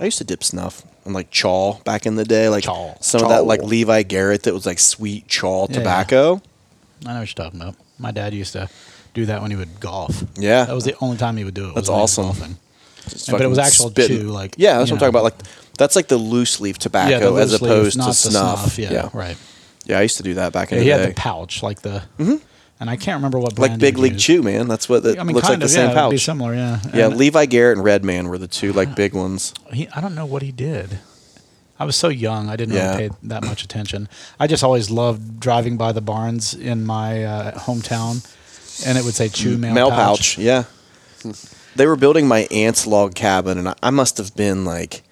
Speaker 1: I used to dip snuff and like chaw back in the day. Like
Speaker 3: Chaw.
Speaker 1: some of
Speaker 2: Chaw.
Speaker 1: that like Levi Garrett that was like sweet chaw
Speaker 3: Yeah.
Speaker 1: tobacco.
Speaker 3: I know what you're talking about. My dad used to do that when he would golf.
Speaker 1: Yeah.
Speaker 3: that was the only time he would do it.
Speaker 1: That's
Speaker 3: was when he was
Speaker 1: awesome.
Speaker 3: golfing.
Speaker 1: Just
Speaker 3: And- but it was
Speaker 1: fucking
Speaker 3: actual
Speaker 1: spitting.
Speaker 3: chew, like,
Speaker 1: yeah, that's
Speaker 3: you
Speaker 1: what I'm talking
Speaker 3: know.
Speaker 1: about. Like that's like the loose leaf tobacco
Speaker 3: the
Speaker 1: as
Speaker 3: loose leaf,
Speaker 1: opposed
Speaker 3: not
Speaker 1: to
Speaker 3: the
Speaker 1: snuff.
Speaker 3: Yeah, right.
Speaker 1: Yeah, I used to do that back in
Speaker 3: Yeah,
Speaker 1: the
Speaker 3: he
Speaker 1: day.
Speaker 3: had the pouch, like the, and I can't remember what brand.
Speaker 1: like
Speaker 3: he
Speaker 1: Big
Speaker 3: would
Speaker 1: League
Speaker 3: use.
Speaker 1: Chew, man. That's what it
Speaker 3: I mean,
Speaker 1: looks
Speaker 3: kind
Speaker 1: like the
Speaker 3: of,
Speaker 1: same
Speaker 3: yeah, It'd be
Speaker 1: pouch.
Speaker 3: similar, yeah.
Speaker 1: Yeah,
Speaker 3: And uh,
Speaker 1: Levi Garrett and Redman were the two like big ones.
Speaker 3: he, I don't know what he did. I was so young, I didn't
Speaker 1: Yeah.
Speaker 3: really pay that much attention. I just always loved driving by the barns in my uh, hometown, and it would say "Chew Mail,
Speaker 1: Mail pouch. Yeah. They were building my aunt's log cabin, and I- I must have been like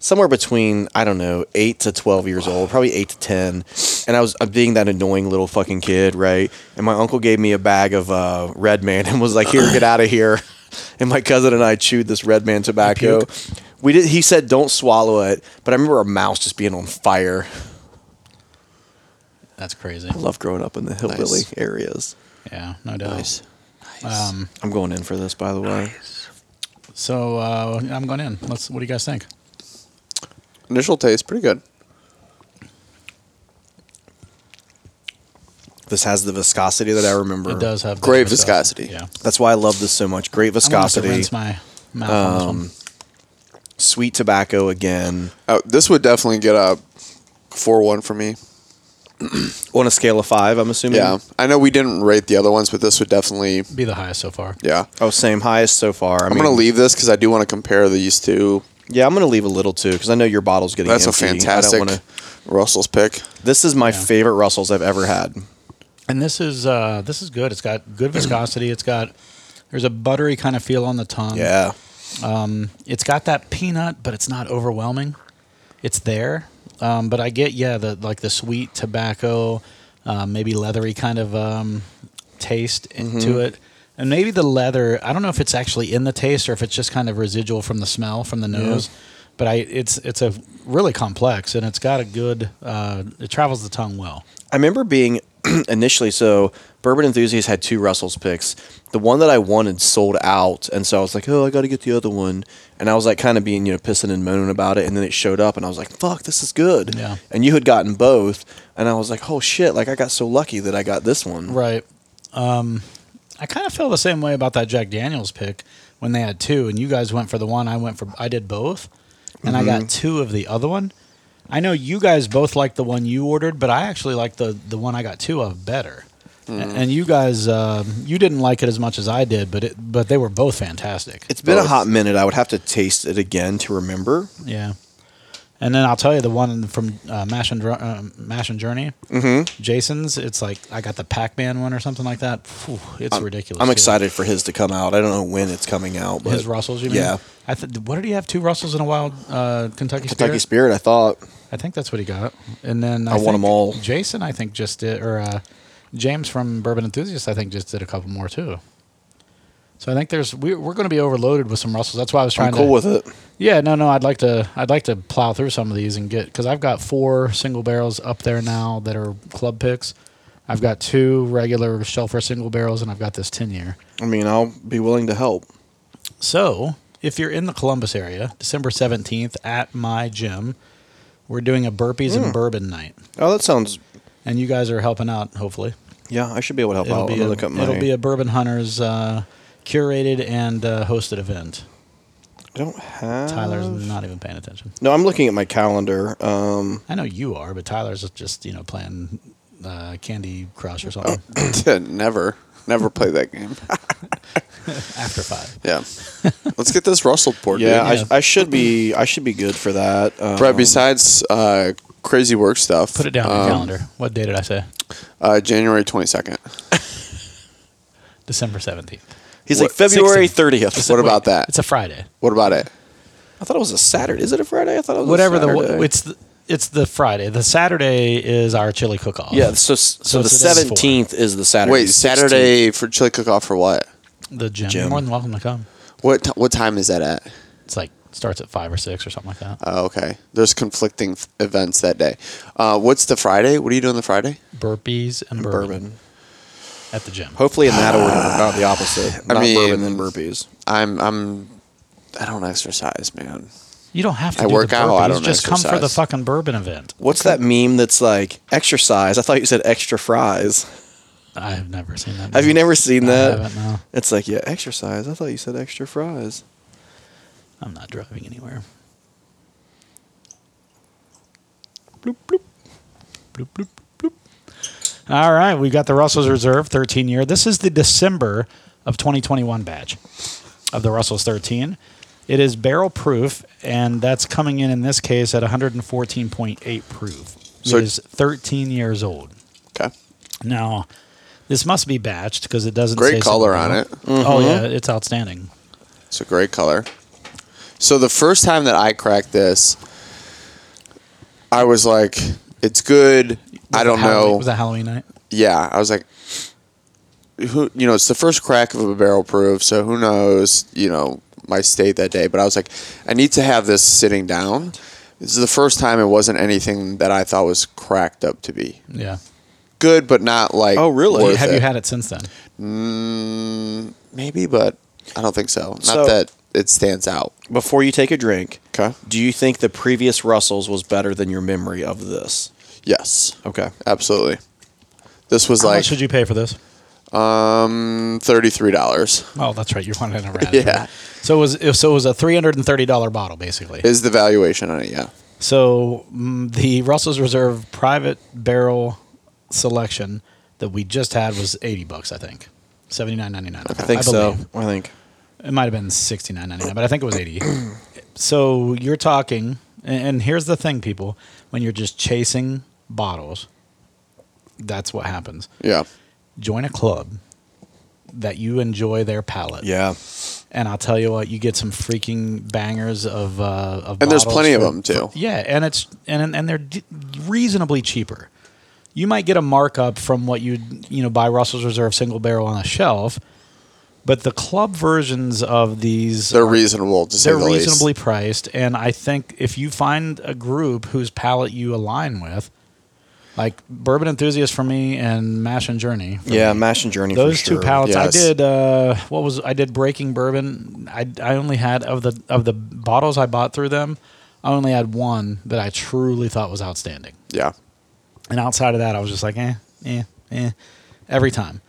Speaker 1: somewhere between I don't know eight to twelve years old, probably eight to ten. And I was I'm being that annoying little fucking kid, right? And my uncle gave me a bag of uh, Red Man and was like, "Here, get out of here." And my cousin and I chewed this Red Man tobacco.
Speaker 3: puke?
Speaker 1: We did. He said, "Don't swallow it," but I remember a mouse just being on fire.
Speaker 3: That's crazy.
Speaker 1: I love growing up in the hillbilly areas.
Speaker 3: Yeah, no doubt. Um,
Speaker 1: I'm going in for this, by the way.
Speaker 3: so uh, I'm going in. Let's. What do you guys think?
Speaker 2: Initial taste pretty good.
Speaker 1: This has the viscosity that I remember.
Speaker 3: It does have
Speaker 2: Great
Speaker 3: that stuff.
Speaker 2: viscosity.
Speaker 3: Yeah,
Speaker 1: That's why I love this so much. Great
Speaker 3: I'm gonna have to
Speaker 1: viscosity, Um,
Speaker 3: rinse my mouth on this one.
Speaker 1: sweet tobacco again.
Speaker 2: Uh, this would definitely get a four one for me.
Speaker 1: On a scale of five, I'm assuming.
Speaker 2: Yeah, I know we didn't rate the other ones, but this would definitely.
Speaker 3: Be the highest so far.
Speaker 2: Yeah,
Speaker 1: Oh, same highest so far. I
Speaker 2: I'm
Speaker 1: mean,
Speaker 2: gonna leave this because I do want to compare these two.
Speaker 1: Yeah, I'm gonna leave a little too because I know your bottle's getting.
Speaker 2: That's a
Speaker 1: empty. I don't
Speaker 2: fantastic
Speaker 1: wanna-
Speaker 2: Russell's pick.
Speaker 1: This is my
Speaker 3: Yeah. Mm.
Speaker 1: favorite Russells I've ever had.
Speaker 3: And this is uh, this is good. It's got good viscosity. It's got there's a buttery kind of feel on the tongue.
Speaker 1: Yeah,
Speaker 3: It's got that peanut, but it's not overwhelming. It's there, um, but I get yeah the like the sweet tobacco, uh, maybe leathery kind of um, taste into it, and maybe the leather. I don't know if it's actually in the taste or if it's just kind of residual from the smell from the nose. But I it's it's a really complex and it's got a good uh, it travels the tongue well.
Speaker 1: I remember being initially so Bourbon Enthusiast had two Russell's picks. The one that I wanted sold out, and so I was like, "Oh, I got to get the other one." And I was like, kind of being you know pissing and moaning about it, and then it showed up, and I was like, "Fuck, this is good."
Speaker 3: Yeah.
Speaker 1: And you had gotten both, and I was like, "Oh shit!" Like I got so lucky that I got this one.
Speaker 3: Right. Um, I kind of feel the same way about that Jack Daniels pick when they had two, and you guys went for the one. I went for I did both, and I
Speaker 1: Mm-hmm.
Speaker 3: got two of the other one. I know you guys both like the one you ordered, but I actually like the the one I got two of better. A-
Speaker 1: Mm.
Speaker 3: And you guys, uh, you didn't like it as much as I did, but it, but they were both fantastic.
Speaker 1: It's been a
Speaker 2: Both.
Speaker 1: hot minute. I would have to taste it again to remember.
Speaker 3: Yeah. And then I'll tell you the one from uh, Mash and Dr- uh, Mash and Journey, mm-hmm. Jason's. It's like I got the Pac Man one or something like that. Phew, it's ridiculous.
Speaker 1: I'm
Speaker 3: too.
Speaker 1: excited for his to come out. I don't know when it's coming out, but
Speaker 3: His Russells, you mean?
Speaker 1: Yeah.
Speaker 3: I th- what did he have? Two Russells and a wild uh, Kentucky,
Speaker 1: Kentucky Spirit.
Speaker 3: Spirit?
Speaker 1: I thought
Speaker 3: I think that's what he got. And then I,
Speaker 1: I want 'em
Speaker 3: think
Speaker 1: all.
Speaker 3: Jason, I think, just did, or uh, James from Bourbon Enthusiast, I think, just did a couple more too. So I think there's we, we're going to be overloaded with some Russells. That's why I was trying
Speaker 1: I'm cool
Speaker 3: to.
Speaker 1: with it.
Speaker 3: yeah, no, no. I'd like to. I'd like to plow through some of these and get because I've got four single barrels up there now that are club picks. I've got two regular shelfer single barrels, and I've got this ten year.
Speaker 1: I mean, I'll be willing to help.
Speaker 3: So, if you're in the Columbus area, December 17th at my gym, we're doing a burpees
Speaker 2: Hmm.
Speaker 3: and bourbon night.
Speaker 1: Oh, that sounds
Speaker 3: And you guys are helping out, hopefully.
Speaker 1: Yeah, I should be able to help
Speaker 3: It'll,
Speaker 1: out.
Speaker 3: be,
Speaker 1: I'll
Speaker 3: a,
Speaker 1: look up my.
Speaker 3: it'll be a Bourbon Hunters uh, curated and uh, hosted event.
Speaker 1: I don't have.
Speaker 3: Tyler's
Speaker 2: Oh,
Speaker 3: not even paying attention.
Speaker 1: No, I'm looking at my calendar. Um,
Speaker 3: I know you are, but Tyler's just, you know, playing uh, Candy Crush or something
Speaker 2: never, never play that game.
Speaker 3: after five.
Speaker 2: Yeah, let's get this Russell board.
Speaker 1: Yeah,
Speaker 2: dude.
Speaker 3: Yeah.
Speaker 1: I, I should be I should be good for that. Um,
Speaker 2: Brett. Besides uh, crazy work stuff,
Speaker 3: Put it down on
Speaker 2: um,
Speaker 3: your calendar. What day did I say?
Speaker 2: Uh, January twenty second.
Speaker 3: December seventeenth.
Speaker 1: he's
Speaker 2: what-
Speaker 1: like February
Speaker 3: 16th.
Speaker 1: thirtieth.
Speaker 2: What about that?
Speaker 3: It's a Friday.
Speaker 2: what about it?
Speaker 1: I thought it was a Saturday. Is it a Friday? I thought it was
Speaker 3: Whatever the
Speaker 1: Saturday.
Speaker 3: it's the, it's the Friday. The Saturday is our chili cook off.
Speaker 1: yeah. So so,
Speaker 3: So
Speaker 1: the
Speaker 3: it's the day before.
Speaker 1: seventeenth is the Saturday.
Speaker 2: Wait,
Speaker 1: 16th.
Speaker 2: Saturday for chili cook off for what?
Speaker 3: the gym.
Speaker 1: Gym.
Speaker 3: You're more than welcome to come.
Speaker 2: What t- what time is that at?
Speaker 3: It's like starts at five or six or something like that.
Speaker 2: Oh, okay. There's conflicting f- events that day. Uh, what's the Friday? What are you doing the Friday?
Speaker 3: Burpees and bourbon,
Speaker 1: bourbon.
Speaker 3: at the gym.
Speaker 1: Hopefully in that order, not the opposite.
Speaker 2: I
Speaker 1: Not
Speaker 2: mean-
Speaker 1: bourbon then burpees.
Speaker 2: I'm I'm I don't exercise, man.
Speaker 3: You don't have to
Speaker 2: I
Speaker 3: do
Speaker 2: work
Speaker 3: the
Speaker 2: out,
Speaker 3: burpees.
Speaker 2: I don't
Speaker 3: Just come for the
Speaker 2: exercise.
Speaker 3: fucking bourbon event.
Speaker 1: What's that meme that's like exercise? I thought you said extra fries.
Speaker 3: I have never seen that.
Speaker 1: Have you never seen that?
Speaker 3: haven't, no.
Speaker 1: It's like yeah, exercise. I thought you said extra fries.
Speaker 3: I'm not driving anywhere. Bloop, bloop, bloop. All right, we've got the Russell's Reserve 13 year. This is the December of 2021 batch of the Russell's 13. It is barrel proof, and that's coming in in this case at 114.8 proof.
Speaker 2: So-
Speaker 3: it is 13 years old.
Speaker 2: Okay.
Speaker 3: Now, this must be batched because it doesn't
Speaker 2: Great
Speaker 3: say
Speaker 2: color
Speaker 3: something
Speaker 2: on
Speaker 3: about
Speaker 2: it. Mm-hmm.
Speaker 3: Oh yeah, it's outstanding.
Speaker 2: It's a great color. So the first time that I cracked this, I was like, it's good. I don't
Speaker 3: Halloween-
Speaker 2: know.
Speaker 3: Was that Halloween night?
Speaker 2: yeah, I was like, who? You know, it's the first crack of a barrel proof, so who knows? You know, my state that day. But I was like, I need to have this sitting down. This is the first time it wasn't anything that I thought was cracked up to be
Speaker 3: Yeah.
Speaker 2: good, but not like.
Speaker 1: Oh, really?
Speaker 2: worth
Speaker 3: Have
Speaker 2: it.
Speaker 3: you had it since then?
Speaker 2: Mm, maybe, but I don't think so. Not
Speaker 1: So-
Speaker 2: that it stands out.
Speaker 1: Before you take a drink,
Speaker 2: Okay.
Speaker 1: do you think the previous Russells was better than your memory of this?
Speaker 2: Yes.
Speaker 1: Okay.
Speaker 2: Absolutely. This was
Speaker 3: How
Speaker 2: like
Speaker 3: much did you pay for this?
Speaker 2: um thirty three dollars
Speaker 3: Oh, that's right. You wanted a rat.
Speaker 2: Yeah.
Speaker 3: So it was it- so it was a three hundred and thirty dollar bottle basically.
Speaker 2: is the valuation on it. Yeah.
Speaker 3: so mm, the Russell's Reserve Private Barrel Selection that we just had was eighty bucks, I think. Seventy nine ninety nine.
Speaker 1: I think so. I think.
Speaker 3: It might have been sixty nine ninety nine, but I think it was eighty. so you're talking, and, and here's the thing, people: when you're just chasing bottles, that's what happens.
Speaker 2: Yeah.
Speaker 3: Join a club that you enjoy their palate.
Speaker 1: Yeah.
Speaker 3: and I'll tell you what, you get some freaking bangers of. Uh, of
Speaker 2: And there's
Speaker 3: bottles
Speaker 2: plenty of
Speaker 3: for-
Speaker 2: them, too.
Speaker 3: yeah, and it's and and they're d- reasonably cheaper. You might get a markup from what you you know buy Russell's Reserve single barrel on a shelf, but the club versions of these
Speaker 2: They're
Speaker 3: are-
Speaker 2: reasonable to say
Speaker 3: they're
Speaker 2: the least.
Speaker 3: reasonably priced, and I think if you find a group whose palate you align with, like Bourbon Enthusiast for me and Mash and Journey, for
Speaker 1: Yeah. Mash and Journey.
Speaker 3: those
Speaker 1: for
Speaker 3: two
Speaker 1: sure.
Speaker 3: pallets
Speaker 2: Yes.
Speaker 3: i did uh what was i did breaking bourbon i i only had of the of the bottles i bought through them i only had one that i truly thought was outstanding
Speaker 2: Yeah.
Speaker 3: and outside of that i was just like eh eh eh every time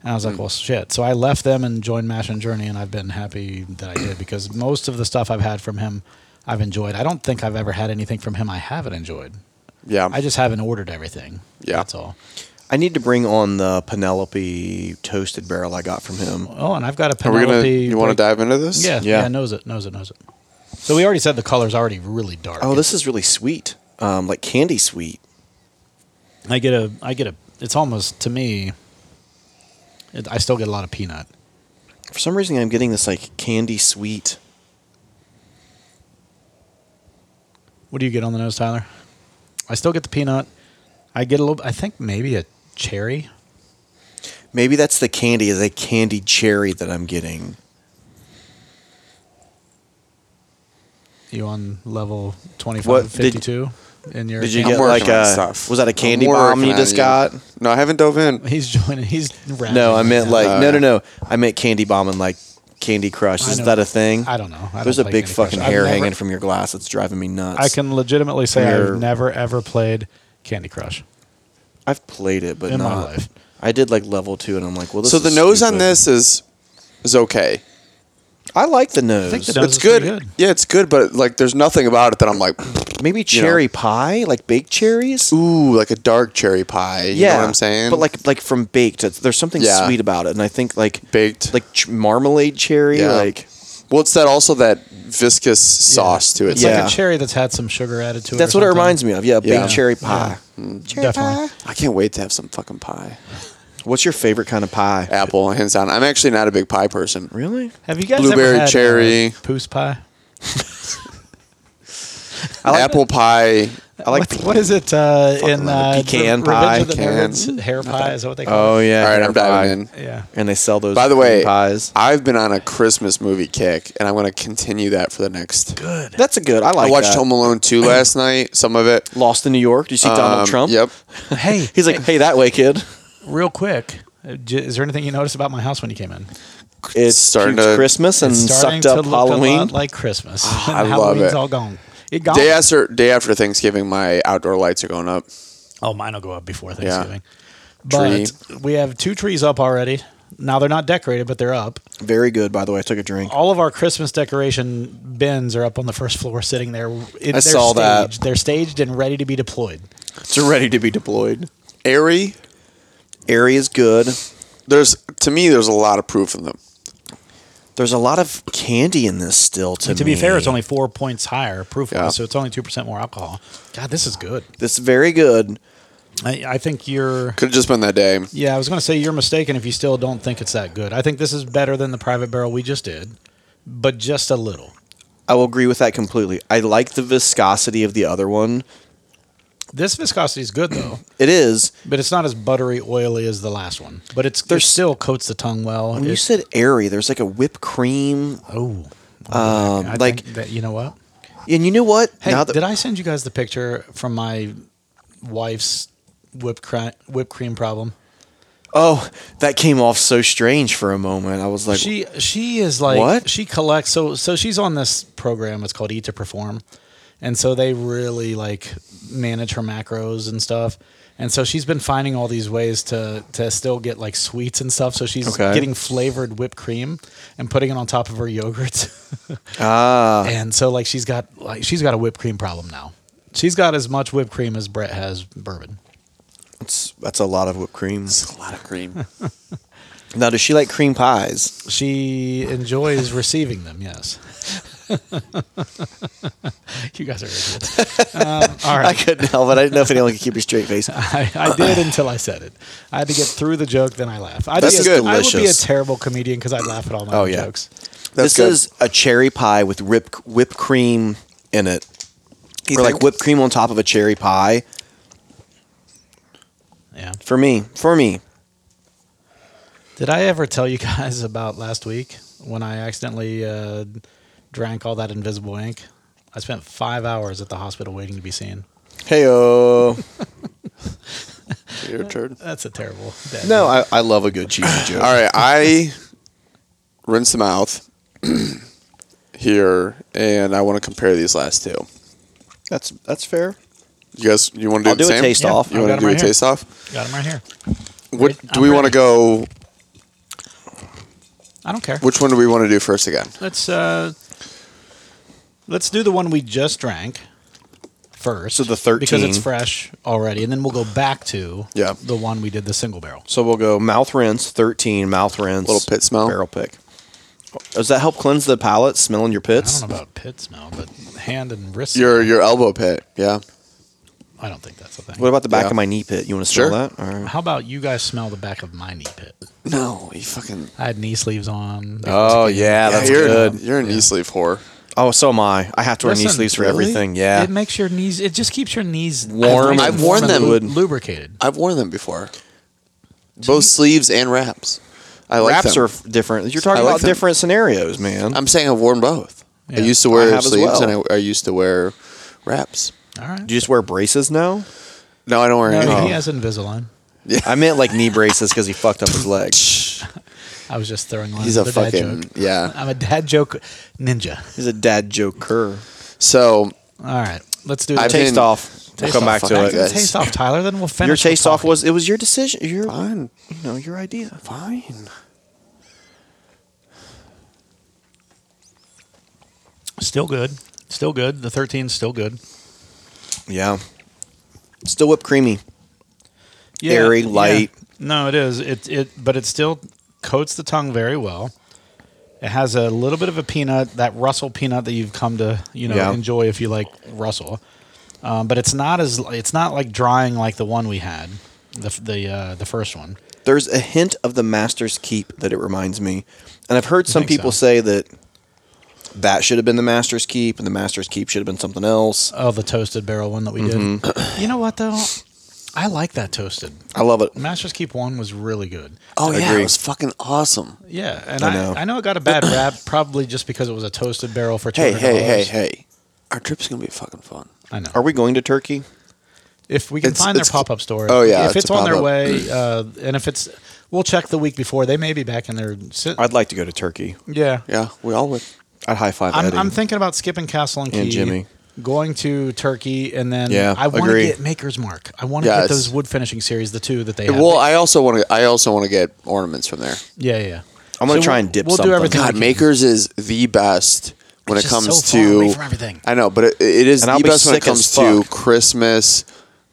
Speaker 3: and i was
Speaker 2: Hmm.
Speaker 3: like well shit so i left them and joined mash and journey and i've been happy that i did because most of the stuff i've had from him i've enjoyed i don't think i've ever had anything from him i haven't enjoyed
Speaker 2: Yeah.
Speaker 3: i just haven't ordered everything
Speaker 2: Yeah.
Speaker 3: that's all
Speaker 1: I need to bring on the Penelope toasted barrel I got from him.
Speaker 3: oh and i've got a
Speaker 2: Are we
Speaker 3: penelope
Speaker 2: gonna? You want to
Speaker 3: break-
Speaker 2: dive into this?
Speaker 3: Yeah, yeah,
Speaker 1: Yeah.
Speaker 3: knows it, knows it, knows it. So we already said the color's already really dark.
Speaker 1: Oh, this is really sweet. Um, like candy sweet.
Speaker 3: I get a, I get a. It's almost to me. It, I still get a lot of peanut.
Speaker 1: For some reason, I'm getting this like candy sweet.
Speaker 3: What do you get on the nose, Tyler? I still get the peanut. I get a little. I think maybe a cherry.
Speaker 1: Maybe that's the candy is a candy cherry that I'm getting.
Speaker 3: You on level 25,
Speaker 1: What did-
Speaker 3: 52 in your?
Speaker 1: Did you
Speaker 2: I'm
Speaker 1: get
Speaker 2: working
Speaker 1: like
Speaker 2: on
Speaker 1: a
Speaker 2: stuff.
Speaker 1: was that a
Speaker 2: I'm
Speaker 1: candy bomb
Speaker 2: working
Speaker 1: you
Speaker 2: on
Speaker 1: just
Speaker 2: it.
Speaker 1: got?
Speaker 2: No, I haven't dove in.
Speaker 3: He's joining. He's rapping
Speaker 1: No, I
Speaker 3: right
Speaker 1: meant
Speaker 3: now.
Speaker 1: like
Speaker 2: Oh,
Speaker 1: no,
Speaker 2: yeah.
Speaker 1: no, no. I meant candy bomb and like Candy Crush.
Speaker 3: I
Speaker 1: Is
Speaker 3: know.
Speaker 1: that a thing?
Speaker 3: I don't know. I
Speaker 1: There's
Speaker 3: don't
Speaker 1: a
Speaker 3: play
Speaker 1: big
Speaker 3: Candy Crush.
Speaker 1: fucking
Speaker 3: I've
Speaker 1: hair
Speaker 3: never-
Speaker 1: hanging from your glass. It's driving me nuts.
Speaker 3: I can legitimately say
Speaker 1: Your-
Speaker 3: I've never ever played Candy Crush.
Speaker 1: I've played it, but
Speaker 3: In my
Speaker 1: not.
Speaker 3: life.
Speaker 1: I did like level two, and I'm like, well, this
Speaker 2: so the
Speaker 1: is
Speaker 2: nose on
Speaker 1: stupid.
Speaker 2: this is is okay.
Speaker 1: I like the nose.
Speaker 4: think the nose-
Speaker 2: it's
Speaker 4: is pretty
Speaker 2: good.
Speaker 4: good.
Speaker 2: Yeah, it's good, but like there's nothing about it that I'm like,
Speaker 1: Maybe
Speaker 2: you know.
Speaker 1: cherry pie, like baked cherries.
Speaker 2: ooh, like a dark cherry pie. You know what I'm saying?
Speaker 1: But like like from baked, it's, there's something
Speaker 2: Yeah.
Speaker 1: sweet about it, and I think like
Speaker 2: baked.
Speaker 1: like ch- marmalade cherry,
Speaker 2: Yeah.
Speaker 1: like
Speaker 2: well, it's that also that viscous sauce to it.
Speaker 3: It's
Speaker 1: Yeah.
Speaker 3: like a cherry that's had some sugar added to it.
Speaker 1: that's
Speaker 3: or
Speaker 1: what it
Speaker 3: something.
Speaker 1: reminds me of. Yeah,
Speaker 2: Yeah.
Speaker 1: baked cherry pie. Cherry
Speaker 3: Definitely.
Speaker 1: pie.
Speaker 2: "Ah, I can't wait to have some fucking pie.
Speaker 1: What's your favorite kind of pie?
Speaker 2: Apple, hands down. I'm actually not a big pie person.
Speaker 1: Really?
Speaker 3: Have you guys
Speaker 2: Blueberry,
Speaker 3: ever had,
Speaker 2: cherry.
Speaker 3: uh, poos pie?
Speaker 2: Apple pie.
Speaker 1: I like.
Speaker 3: What- what is it uh, in
Speaker 2: the
Speaker 3: uh,
Speaker 1: pecan
Speaker 3: Re-
Speaker 1: pie,
Speaker 3: Revenge of the
Speaker 2: cans.
Speaker 3: Nerds? hair pie? Is that what they call
Speaker 1: Oh
Speaker 3: it?
Speaker 1: yeah.
Speaker 2: All right,
Speaker 1: hair
Speaker 2: I'm
Speaker 1: pie.
Speaker 2: diving in.
Speaker 3: Yeah.
Speaker 1: And they sell those.
Speaker 2: By the
Speaker 1: cream
Speaker 2: way,
Speaker 1: pies.
Speaker 2: I've been on a Christmas movie kick, and I'm going to continue that for the next.
Speaker 1: That's a good. I like.
Speaker 2: I watched
Speaker 1: that.
Speaker 2: Home Alone 2 last night, some of it.
Speaker 1: Lost in New York. Did you see
Speaker 2: Um,
Speaker 1: Donald Trump?
Speaker 2: Yep.
Speaker 3: Hey,
Speaker 1: He's like, hey, that way, kid.
Speaker 3: real quick, uh, j- is there anything you noticed about my house when you came in?
Speaker 1: It's
Speaker 2: starting
Speaker 1: starting
Speaker 2: to-
Speaker 1: Christmas and
Speaker 3: It's starting
Speaker 1: sucked
Speaker 3: to
Speaker 1: up
Speaker 3: look a
Speaker 1: Halloween. Ah,
Speaker 3: lot like Christmas. and
Speaker 2: I love
Speaker 3: Halloween's
Speaker 2: it.
Speaker 3: all gone. It gone.
Speaker 2: Day after day after Thanksgiving, my outdoor lights are going up.
Speaker 3: oh, mine will go up before Thanksgiving.
Speaker 2: Tree.
Speaker 3: But we have two trees up already. Now they're not decorated, but they're up.
Speaker 1: Very good, by the way. I took a drink.
Speaker 3: All of our Christmas decoration bins are up on the first floor, sitting there. It,
Speaker 1: I saw that.
Speaker 3: staged. They're staged and ready to be deployed.
Speaker 1: It's ready to be deployed.
Speaker 2: Airy.
Speaker 1: Airy is good.
Speaker 2: There's to me, there's a lot of proof in them.
Speaker 1: There's a lot of candy in this still. To,
Speaker 3: to
Speaker 1: me.
Speaker 3: be fair, it's only four points higher proof
Speaker 2: Yeah.
Speaker 3: so it's only two percent more alcohol. God, this is good.
Speaker 1: It's very good.
Speaker 3: I, I think you're.
Speaker 2: Could have just been that day.
Speaker 3: Yeah, I was going to say you're mistaken if you still don't think it's that good. I think this is better than the private barrel we just did, but just a little.
Speaker 1: I will agree with that completely. I like the viscosity of the other one.
Speaker 3: This viscosity is good though,
Speaker 1: It is.
Speaker 3: but it's not as buttery oily as the last one. But it's there's
Speaker 1: There's-
Speaker 3: still coats the tongue well.
Speaker 1: When you
Speaker 3: It-
Speaker 1: said airy, there's like a whipped cream.
Speaker 3: oh,
Speaker 1: Um,
Speaker 3: I
Speaker 1: like-
Speaker 3: think that, you know what?
Speaker 1: And you know what?
Speaker 3: Hey,
Speaker 1: now that
Speaker 3: did I send you guys the picture from my wife's whipped cream, whipped cream problem?
Speaker 1: oh, that came off so strange for a moment. I was like,
Speaker 3: she she is like
Speaker 1: What?
Speaker 3: she collects so so she's on this program it's called eat to perform and so they really like manage her macros and stuff and so she's been finding all these ways to to still get like sweets and stuff so she's
Speaker 1: Okay.
Speaker 3: getting flavored whipped cream and putting it on top of her yogurts
Speaker 1: ah,
Speaker 3: and so like she's got like she's got a whipped cream problem now she's got as much whipped cream as brett has bourbon
Speaker 1: that's that's a lot of whipped cream.
Speaker 2: A lot of cream.
Speaker 1: Now, does she like cream pies?
Speaker 3: she enjoys receiving them yes you guys are idiots. Um, all right
Speaker 1: I couldn't help it. I didn't know if anyone could keep a straight face.
Speaker 3: I, I did until I said it. I had to get through the joke, then I laugh. I'd
Speaker 1: That's
Speaker 3: be a,
Speaker 1: good.
Speaker 3: I would be a
Speaker 1: Delicious.
Speaker 3: terrible comedian because I'd laugh at all my
Speaker 1: Oh,
Speaker 3: own
Speaker 1: yeah.
Speaker 3: jokes.
Speaker 2: That's
Speaker 1: this
Speaker 2: good.
Speaker 1: is a cherry pie with rip, whipped cream in it,
Speaker 2: You
Speaker 1: or like
Speaker 2: think?
Speaker 1: whipped cream on top of a cherry pie.
Speaker 3: Yeah.
Speaker 1: For me, for me,
Speaker 3: Did I ever tell you guys about last week when I accidentally uh, drank all that invisible ink? I spent five hours at the hospital waiting to be seen.
Speaker 1: hey oh.
Speaker 2: Your turn.
Speaker 3: That's a terrible. dad
Speaker 1: No,
Speaker 3: joke.
Speaker 1: I, I love a good cheesy joke.
Speaker 2: All right, I rinse the mouth here, and I want to compare these last two.
Speaker 1: That's that's fair.
Speaker 2: You guys, you want to do
Speaker 1: I'll
Speaker 2: the
Speaker 1: do a
Speaker 2: same?
Speaker 1: taste
Speaker 3: Yeah.
Speaker 1: off.
Speaker 2: You
Speaker 3: I've
Speaker 2: want to
Speaker 3: got 'em
Speaker 2: do
Speaker 3: right
Speaker 2: a
Speaker 3: here.
Speaker 2: taste off?
Speaker 3: got him right here.
Speaker 2: What
Speaker 3: Ready?
Speaker 2: do
Speaker 3: I'm
Speaker 2: we want to go?
Speaker 3: ready. I don't care.
Speaker 2: Which one do we want to do first again?
Speaker 3: Let's uh, let's do the one we just drank first.
Speaker 1: So the
Speaker 3: because it's
Speaker 1: 13.
Speaker 3: fresh already, and then we'll go back to
Speaker 2: Yeah.
Speaker 3: the one we did the single barrel.
Speaker 1: So we'll go mouth rinse, thirteen mouth rinse,
Speaker 2: Little pit smell.
Speaker 1: barrel pick. Does that help cleanse the palate? Smelling your
Speaker 3: I don't
Speaker 1: pits.
Speaker 3: know about pit smell, but hand and wrist.
Speaker 2: Your your elbow pit. Yeah.
Speaker 3: I don't think that's a thing.
Speaker 1: What about the back
Speaker 2: Yeah.
Speaker 1: of my knee pit? You want to smell
Speaker 2: Sure.
Speaker 1: that? All right.
Speaker 3: How about you guys smell the back of my knee pit?
Speaker 2: No, you fucking.
Speaker 3: I had knee sleeves on.
Speaker 1: Oh, yeah,
Speaker 2: Yeah, you're, You're an knee sleeve whore.
Speaker 1: Oh, so am I. I have to wear knee
Speaker 3: Listen,
Speaker 1: sleeves for
Speaker 2: really?
Speaker 1: everything. Yeah.
Speaker 3: It makes your knees. It just keeps your knees
Speaker 1: Warm
Speaker 2: I've- I've worn
Speaker 3: and
Speaker 2: them.
Speaker 3: lu- lubricated.
Speaker 2: I've worn them before. Both sleeves and wraps. I like
Speaker 1: Wraps
Speaker 2: them.
Speaker 1: are f- different. You're talking
Speaker 2: I like
Speaker 1: about
Speaker 2: them. Um,
Speaker 1: different scenarios, man.
Speaker 2: I'm saying I've worn both.
Speaker 3: Yeah.
Speaker 2: I used to
Speaker 1: I
Speaker 2: wear
Speaker 1: have as
Speaker 2: sleeves
Speaker 1: well.
Speaker 2: and I, I used to wear wraps.
Speaker 3: All right.
Speaker 1: Do you just wear braces now?
Speaker 2: No, I don't wear
Speaker 3: no,
Speaker 2: any.
Speaker 3: he has Invisalign.
Speaker 1: I meant like knee braces because he fucked up his leg.
Speaker 3: I was just throwing.
Speaker 2: He's a
Speaker 3: lines with dad
Speaker 2: fucking
Speaker 3: joke.
Speaker 2: yeah.
Speaker 3: I'm a dad joke ninja.
Speaker 1: He's a dad joker.
Speaker 2: So
Speaker 3: All right, let's do
Speaker 2: I've
Speaker 3: the
Speaker 2: been-
Speaker 1: Taste off. We'll
Speaker 3: Taste
Speaker 1: come back
Speaker 3: off.
Speaker 1: to
Speaker 2: Fuck
Speaker 1: it.
Speaker 2: that. guys.
Speaker 3: taste off, Tyler. Then we'll finish.
Speaker 1: Your
Speaker 3: with
Speaker 1: taste off
Speaker 3: talking.
Speaker 1: was it was your decision. Your
Speaker 2: fine,
Speaker 1: you know your idea.
Speaker 2: fine.
Speaker 3: Still good. Still good. The 13's still good.
Speaker 1: Yeah. Still whipped creamy. Airy, light.
Speaker 3: No, it is. It it but it still coats the tongue very well. It has a little bit of a peanut, that Russell peanut that you've come to you know
Speaker 1: Yeah.
Speaker 3: enjoy if you like Russell. Um, but it's not as it's not like drying like the one we had, the f- the uh, the first one.
Speaker 1: There's a hint of the Master's Keep that it reminds me. And I've heard some
Speaker 3: think so?
Speaker 1: people say that that should have been the Master's Keep and the Master's Keep should have been something else.
Speaker 3: Oh, the toasted barrel one that we
Speaker 1: Mm-hmm.
Speaker 3: did. you know what though, I like that toasted.
Speaker 1: I love it.
Speaker 3: Masters Keep one was really good.
Speaker 2: Oh
Speaker 1: I
Speaker 2: yeah,
Speaker 1: agree.
Speaker 2: it was fucking awesome.
Speaker 3: Yeah, and
Speaker 1: I
Speaker 3: I,
Speaker 1: know.
Speaker 3: I, know it got a bad rap probably just because it was a toasted barrel for two
Speaker 2: Hey,
Speaker 3: hundred
Speaker 2: hey, hey, hey. Our trip's gonna be fucking fun.
Speaker 3: I know.
Speaker 1: Are we going to Turkey?
Speaker 3: If we can
Speaker 2: It's-
Speaker 3: find their
Speaker 2: it's-
Speaker 3: pop up store.
Speaker 2: oh, yeah,
Speaker 3: If
Speaker 2: it's
Speaker 3: it's,
Speaker 2: a
Speaker 3: on their
Speaker 2: pop-up.
Speaker 3: way, uh, and if it's, we'll check the week before. They may be back in their. Sit-
Speaker 1: I'd like to go to Turkey.
Speaker 3: yeah.
Speaker 2: Yeah, we all would.
Speaker 1: I'd high five
Speaker 3: I'm,
Speaker 1: Eddie.
Speaker 3: I'm thinking about skipping Castle and Key.
Speaker 1: And Jimmy.
Speaker 3: Going to Turkey and then
Speaker 1: Yeah,
Speaker 3: I want to
Speaker 1: agree.
Speaker 3: get Maker's Mark. I want to
Speaker 2: Yeah,
Speaker 3: get
Speaker 2: it's-
Speaker 3: those wood finishing series, the two that they have.
Speaker 2: Well, I also want to. I also want to get ornaments from there.
Speaker 3: yeah, yeah, yeah.
Speaker 1: I'm gonna
Speaker 3: So
Speaker 1: try
Speaker 3: we'll-
Speaker 1: and dip
Speaker 3: we'll do
Speaker 1: something.
Speaker 3: everything.
Speaker 2: God,
Speaker 3: Okay.
Speaker 2: Makers is the best when
Speaker 3: It's
Speaker 2: it
Speaker 3: just
Speaker 2: comes
Speaker 3: so far away
Speaker 2: to
Speaker 3: from everything.
Speaker 2: I know, but it, it is
Speaker 1: And I'll
Speaker 2: the
Speaker 1: be
Speaker 2: best when it
Speaker 1: sick as
Speaker 2: comes to
Speaker 1: fuck.
Speaker 2: Christmas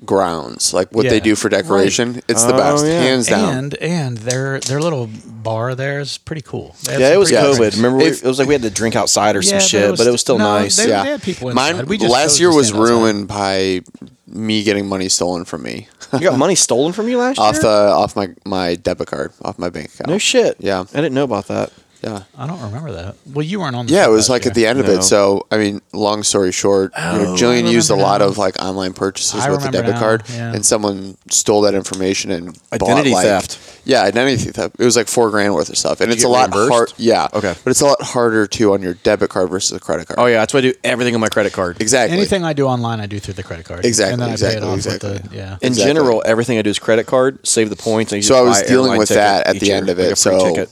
Speaker 2: grounds, like what
Speaker 3: Yeah.
Speaker 2: they do for decoration. It's the
Speaker 1: Oh,
Speaker 2: best,
Speaker 1: yeah.
Speaker 2: hands down.
Speaker 3: And and their their little bar there is pretty cool. They have
Speaker 1: yeah, it
Speaker 3: some
Speaker 1: was
Speaker 3: pretty
Speaker 2: Yeah.
Speaker 3: cool
Speaker 1: COVID.
Speaker 3: drinks.
Speaker 1: Remember, we-
Speaker 2: If-
Speaker 1: it was like we had to drink outside or
Speaker 3: Yeah,
Speaker 1: some shit, but it was still
Speaker 3: no,
Speaker 1: nice.
Speaker 3: They,
Speaker 2: Yeah.
Speaker 3: they had people inside.
Speaker 2: Mine
Speaker 3: we just chose
Speaker 2: last
Speaker 3: to
Speaker 2: year was
Speaker 3: stand outside.
Speaker 2: ruined by me getting money stolen from me
Speaker 1: You got money stolen from you last year?
Speaker 2: off the off my my debit card, off my bank account.
Speaker 1: No shit.
Speaker 2: Yeah.
Speaker 1: I didn't know about that.
Speaker 2: Yeah.
Speaker 3: I don't remember that. Well, you weren't on. The
Speaker 2: Yeah, it
Speaker 3: trip
Speaker 2: was
Speaker 3: last
Speaker 2: like at
Speaker 3: year.
Speaker 2: the end of
Speaker 1: No.
Speaker 2: it. So, I mean, long story short, you
Speaker 1: Oh,
Speaker 2: know, Jillian
Speaker 3: I
Speaker 2: used a
Speaker 3: remember
Speaker 2: lot
Speaker 3: now.
Speaker 2: of like online purchases
Speaker 3: I
Speaker 2: with a
Speaker 3: remember
Speaker 2: debit
Speaker 3: now,
Speaker 2: card,
Speaker 3: yeah.
Speaker 2: and someone stole that information and bought,
Speaker 1: Identity
Speaker 2: like-
Speaker 1: theft.
Speaker 2: Yeah, identity theft. It was like four grand worth of stuff, and
Speaker 1: Did
Speaker 2: it's
Speaker 1: you
Speaker 2: a
Speaker 1: get
Speaker 2: lot
Speaker 1: reimbursed?
Speaker 2: hard. Yeah,
Speaker 1: Okay.
Speaker 2: but it's a lot harder too on your debit card versus a credit card.
Speaker 1: Oh, yeah. That's why I do everything on my credit card.
Speaker 2: exactly.
Speaker 3: Anything I do online, I do through the credit card.
Speaker 2: Exactly,
Speaker 3: And then I
Speaker 2: exactly,
Speaker 3: pay it off with
Speaker 2: exactly.
Speaker 3: the yeah.
Speaker 1: In
Speaker 2: Exactly.
Speaker 1: general, everything I do is credit card, save the points. And you
Speaker 2: So
Speaker 1: just
Speaker 2: I was
Speaker 1: buy
Speaker 2: dealing
Speaker 1: airline
Speaker 2: with
Speaker 1: ticket
Speaker 2: that at
Speaker 1: each
Speaker 2: the
Speaker 1: year,
Speaker 2: end of
Speaker 1: like a
Speaker 2: it,
Speaker 1: free
Speaker 2: so
Speaker 1: ticket.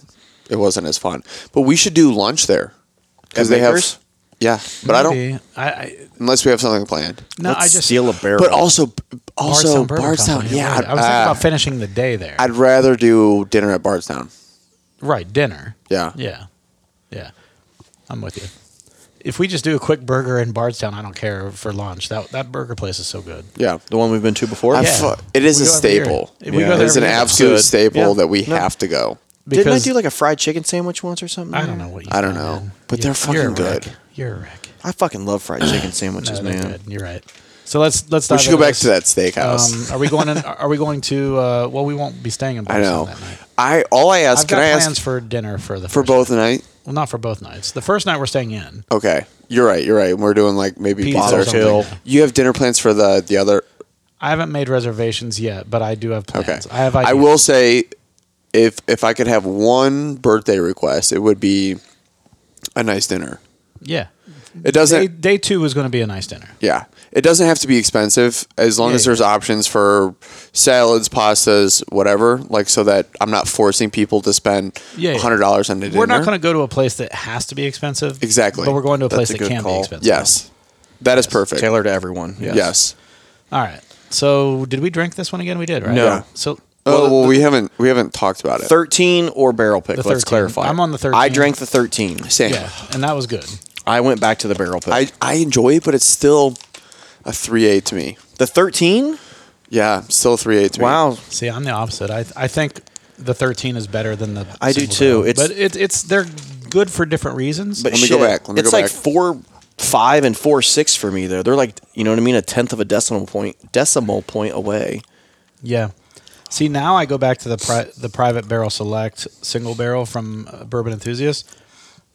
Speaker 2: it wasn't as fun. But we should do lunch there
Speaker 1: At
Speaker 2: they
Speaker 1: Maker's?
Speaker 2: have. Yeah, but I
Speaker 3: Maybe.
Speaker 2: don't
Speaker 3: I, I
Speaker 2: unless we have something planned.
Speaker 3: no.
Speaker 1: Let's
Speaker 3: I just
Speaker 1: steal a barrel.
Speaker 2: But also, also
Speaker 3: Bourbon
Speaker 2: Bardstown.
Speaker 3: Company,
Speaker 2: Yeah,
Speaker 3: right. I was
Speaker 2: uh,
Speaker 3: thinking about finishing the day there.
Speaker 2: I'd rather do dinner at Bardstown.
Speaker 3: right, dinner.
Speaker 2: Yeah.
Speaker 3: Yeah, yeah. I'm with you. If we just do a quick burger in Bardstown, I don't care for lunch. That that burger place is so good.
Speaker 2: Yeah.
Speaker 1: The one we've been to before?
Speaker 2: I
Speaker 3: Yeah.
Speaker 2: fu- it is
Speaker 3: We
Speaker 2: a
Speaker 3: go every year.
Speaker 2: staple.
Speaker 3: We go
Speaker 1: Yeah.
Speaker 3: there
Speaker 2: It is an
Speaker 3: every year.
Speaker 2: absolute
Speaker 1: Good.
Speaker 2: staple
Speaker 1: Yeah.
Speaker 2: that we
Speaker 1: No.
Speaker 2: have to go.
Speaker 1: Didn't I
Speaker 3: Because-
Speaker 1: do like a fried chicken sandwich once or something?
Speaker 3: I
Speaker 1: there?
Speaker 3: don't know what you.
Speaker 2: Mm. I don't
Speaker 3: got,
Speaker 2: know.
Speaker 3: man.
Speaker 2: But they're
Speaker 3: you're a
Speaker 2: fucking
Speaker 3: wreck.
Speaker 2: good.
Speaker 3: You're a wreck.
Speaker 1: I fucking love fried chicken sandwiches,
Speaker 3: No, they're
Speaker 1: man.
Speaker 3: good. You're right. So let's let's.
Speaker 2: We
Speaker 3: dive
Speaker 2: should go
Speaker 3: into
Speaker 2: back
Speaker 3: this.
Speaker 2: to that steakhouse.
Speaker 3: Um, are we going? In, are we going to? Uh, well, we won't be staying in.
Speaker 2: I
Speaker 3: Boston
Speaker 2: know.
Speaker 3: That night.
Speaker 2: I all I ask.
Speaker 3: I've
Speaker 2: can
Speaker 3: got
Speaker 2: I
Speaker 3: plans
Speaker 2: ask
Speaker 3: for dinner for the
Speaker 2: for
Speaker 3: first
Speaker 2: both
Speaker 3: Night.
Speaker 2: night?
Speaker 3: Well, not for both nights. The first night we're staying in.
Speaker 2: Okay, you're right. You're right. We're doing like maybe
Speaker 3: Pizza or
Speaker 2: Bottle
Speaker 3: something.
Speaker 2: Hill. You have dinner plans for the the other.
Speaker 3: I haven't made reservations yet, but I do have
Speaker 2: Okay,
Speaker 3: plans. I have. Ideas.
Speaker 2: I will say, if if I could have one birthday request, it would be a nice dinner.
Speaker 3: Yeah.
Speaker 2: It doesn't.
Speaker 3: Day, day two is going to be a nice dinner.
Speaker 2: Yeah. It doesn't have to be expensive as long
Speaker 3: Yeah,
Speaker 2: as there's options for salads, pastas, whatever, like so that I'm not forcing people to spend
Speaker 3: Yeah, yeah.
Speaker 2: $100 on a dinner.
Speaker 3: We're not going to go to a place that has to be expensive.
Speaker 2: Exactly.
Speaker 3: But we're going to a
Speaker 1: That's
Speaker 3: place
Speaker 1: a
Speaker 3: that
Speaker 1: good
Speaker 3: can be
Speaker 1: call.
Speaker 3: expensive.
Speaker 2: Yes. that is perfect.
Speaker 1: Tailored to everyone. Yes.
Speaker 2: Yes.
Speaker 3: All right. So did we drink this one again? We did, right?
Speaker 1: No.
Speaker 2: Yeah.
Speaker 3: So
Speaker 2: Oh,
Speaker 1: Well,
Speaker 2: well, we haven't we haven't talked about it.
Speaker 1: 13 or barrel pick.
Speaker 3: The
Speaker 1: Let's
Speaker 3: 13.
Speaker 1: clarify.
Speaker 3: I'm on the 13.
Speaker 1: I drank the 13.
Speaker 2: Same.
Speaker 3: yeah, and that was good.
Speaker 1: I went back to the barrel pick.
Speaker 2: I I enjoy it, but it's still a 3A to me.
Speaker 1: the 13?
Speaker 2: Yeah, still 3A to me.
Speaker 1: Wow.
Speaker 3: See, I'm the opposite. I I think the 13 is better than the.
Speaker 1: I do
Speaker 3: single
Speaker 1: too.
Speaker 3: barrel.
Speaker 1: It's-
Speaker 3: but it's it's they're good for different reasons.
Speaker 1: But
Speaker 2: Let me
Speaker 1: shit,
Speaker 2: go back. Let me
Speaker 1: it's
Speaker 2: go
Speaker 1: like
Speaker 2: back.
Speaker 1: four, five, and four six for me. There, they're like you know what I mean, a tenth of a decimal point, decimal point away.
Speaker 3: yeah. See, now I go back to the pri- the private barrel select single barrel from uh, Bourbon Enthusiast,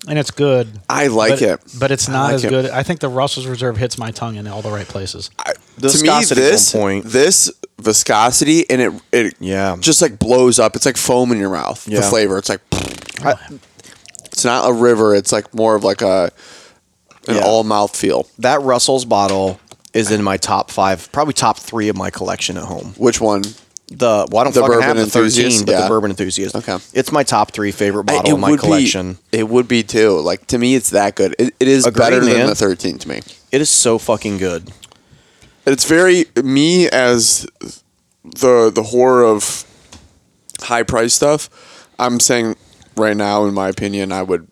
Speaker 3: and it's good.
Speaker 2: I like
Speaker 3: but,
Speaker 2: it.
Speaker 3: but it's
Speaker 2: I
Speaker 3: not
Speaker 2: like
Speaker 3: as
Speaker 2: it.
Speaker 3: good. I think the Russell's Reserve hits my tongue in all the right places.
Speaker 1: The
Speaker 2: to me,
Speaker 1: viscosity's on
Speaker 2: this
Speaker 1: point.
Speaker 2: this viscosity and it it
Speaker 1: Yeah.
Speaker 2: just like blows up. It's like foam in your mouth. The
Speaker 1: Yeah. Oh,
Speaker 2: flavor. It's like it's not a river. It's like more of like a an
Speaker 1: Yeah.
Speaker 2: all mouth feel.
Speaker 1: That Russell's bottle is in my top five, probably top three of my collection at home.
Speaker 2: Which one?
Speaker 1: The well, I don't
Speaker 2: The
Speaker 1: fucking have
Speaker 2: bourbon
Speaker 1: the thirteen,
Speaker 2: enthusiast,
Speaker 1: but the
Speaker 2: yeah.
Speaker 1: bourbon enthusiast.
Speaker 2: Okay.
Speaker 1: it's my top three favorite
Speaker 2: I-
Speaker 1: bottle in my collection.
Speaker 2: be. It would be too. Like to me, it's that good. It, it is
Speaker 1: Agreed,
Speaker 2: better
Speaker 1: man.
Speaker 2: than the thirteen to me.
Speaker 1: It is so fucking good.
Speaker 2: It's very me as the the horror of high price stuff. I'm saying right now, in my opinion, I would.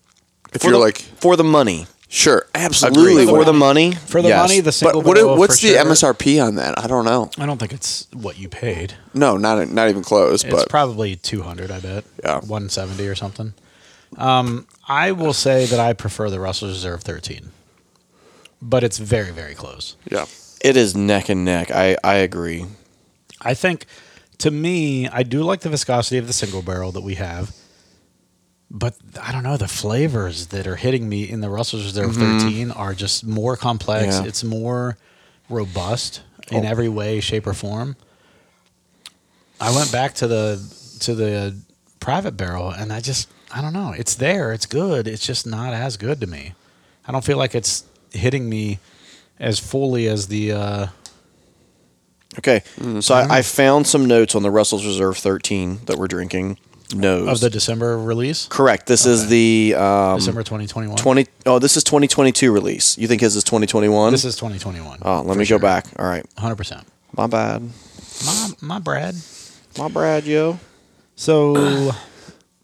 Speaker 2: If
Speaker 1: For
Speaker 2: you're
Speaker 1: the-
Speaker 2: like
Speaker 1: for the money,
Speaker 2: Sure, absolutely.
Speaker 1: for
Speaker 2: would.
Speaker 1: the money.
Speaker 3: For the
Speaker 1: yes.
Speaker 3: money, the single
Speaker 2: but what,
Speaker 3: barrel
Speaker 2: what's
Speaker 3: for
Speaker 2: the
Speaker 3: sure.
Speaker 2: MSRP on that? I don't know.
Speaker 3: I don't think it's what you paid.
Speaker 2: No, not not even close.
Speaker 3: It's
Speaker 2: but
Speaker 3: probably 200, I bet.
Speaker 2: Yeah.
Speaker 3: 170 or something. Um, I will say that I prefer the Russell Reserve 13, but it's very, very close.
Speaker 2: yeah,
Speaker 1: It is neck and neck. I, I agree.
Speaker 3: I think, to me, I do like the viscosity of the single barrel that we have, but I don't know. The flavors that are hitting me in the Russell's Reserve 13 are just more complex.
Speaker 1: Yeah.
Speaker 3: It's more robust in every way, shape, or form. I went back to the to the private barrel, and I just I don't know. It's there. It's good. It's just not as good to me. I don't feel like it's hitting me as fully as the uh,
Speaker 1: Okay. So I, I found some notes on the Russell's Reserve 13 that we're drinking. Nose.
Speaker 3: of the December release.
Speaker 1: Correct. This is the um,
Speaker 3: December 2021.
Speaker 1: 20. Oh, this is 2022 release. You think his is 2021?
Speaker 3: This is 2021.
Speaker 1: Oh, let me go back. All right.
Speaker 3: 100%.
Speaker 1: My bad.
Speaker 3: My, my Brad.
Speaker 1: My bad, yo.
Speaker 3: So,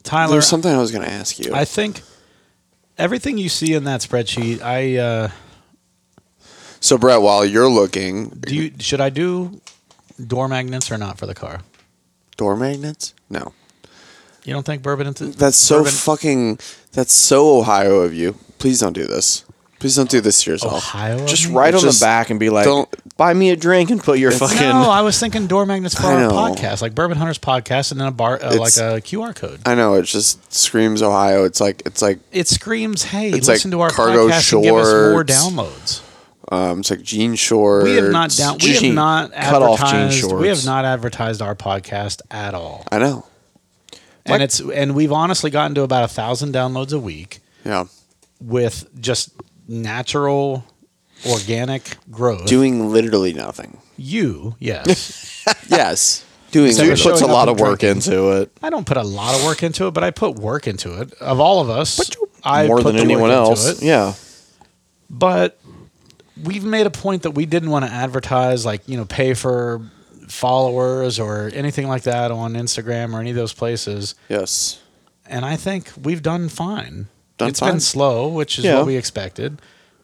Speaker 3: Tyler,
Speaker 2: there's something I was going to ask you.
Speaker 3: I think everything you see in that spreadsheet, I uh,
Speaker 2: so Brett, while you're looking,
Speaker 3: do you, should I do door magnets or not for the car?
Speaker 2: door magnets? No,
Speaker 3: You don't think bourbon into
Speaker 2: that's so
Speaker 3: bourbon-
Speaker 2: fucking. That's so Ohio of you. Please don't do this. Please don't do this to yourself.
Speaker 3: Ohio?
Speaker 1: Just
Speaker 3: of me?
Speaker 1: right on the
Speaker 2: Just
Speaker 1: back and be like,
Speaker 2: don't-
Speaker 1: buy me a drink and put your fucking.
Speaker 3: No, I was thinking door magnets for
Speaker 2: I
Speaker 3: our
Speaker 2: know.
Speaker 3: podcast, like Bourbon Hunters podcast, and then a bar, uh, like
Speaker 2: It's-
Speaker 3: a QR code.
Speaker 2: I know it just screams Ohio. It's like it's like
Speaker 3: It screams, "Hey,
Speaker 2: It's
Speaker 3: listen
Speaker 2: like
Speaker 3: to our
Speaker 2: cargo
Speaker 3: podcast and give us more
Speaker 2: shorts.
Speaker 3: downloads."
Speaker 2: um, it's like jean shorts.
Speaker 3: We have not down. We have
Speaker 1: Jean-
Speaker 3: not
Speaker 1: cut off jean
Speaker 3: advertised. We have
Speaker 1: shorts.
Speaker 3: not advertised our podcast at all,
Speaker 2: I know.
Speaker 3: and it's and we've honestly gotten to about a thousand downloads a week
Speaker 2: Yeah,
Speaker 3: with just natural, organic growth.
Speaker 2: doing literally nothing.
Speaker 3: you, yes,
Speaker 2: yes,
Speaker 1: Doing
Speaker 3: Except
Speaker 1: it
Speaker 3: for
Speaker 1: puts a
Speaker 3: showing
Speaker 1: lot
Speaker 3: up
Speaker 1: of
Speaker 3: and
Speaker 1: work into it.
Speaker 3: I don't put a lot of work into it, but I put work into it. Of all of us, I
Speaker 1: More
Speaker 3: put
Speaker 1: than
Speaker 3: the work
Speaker 1: anyone
Speaker 3: into
Speaker 1: else.
Speaker 3: it.
Speaker 1: Yeah.
Speaker 3: but we've made a point that we didn't want to advertise like you know pay for followers or anything like that on instagram or any of those places
Speaker 2: yes.
Speaker 3: and i think we've done fine
Speaker 2: Done
Speaker 3: It's
Speaker 2: fine.
Speaker 3: been slow which is
Speaker 1: Yeah.
Speaker 3: what we expected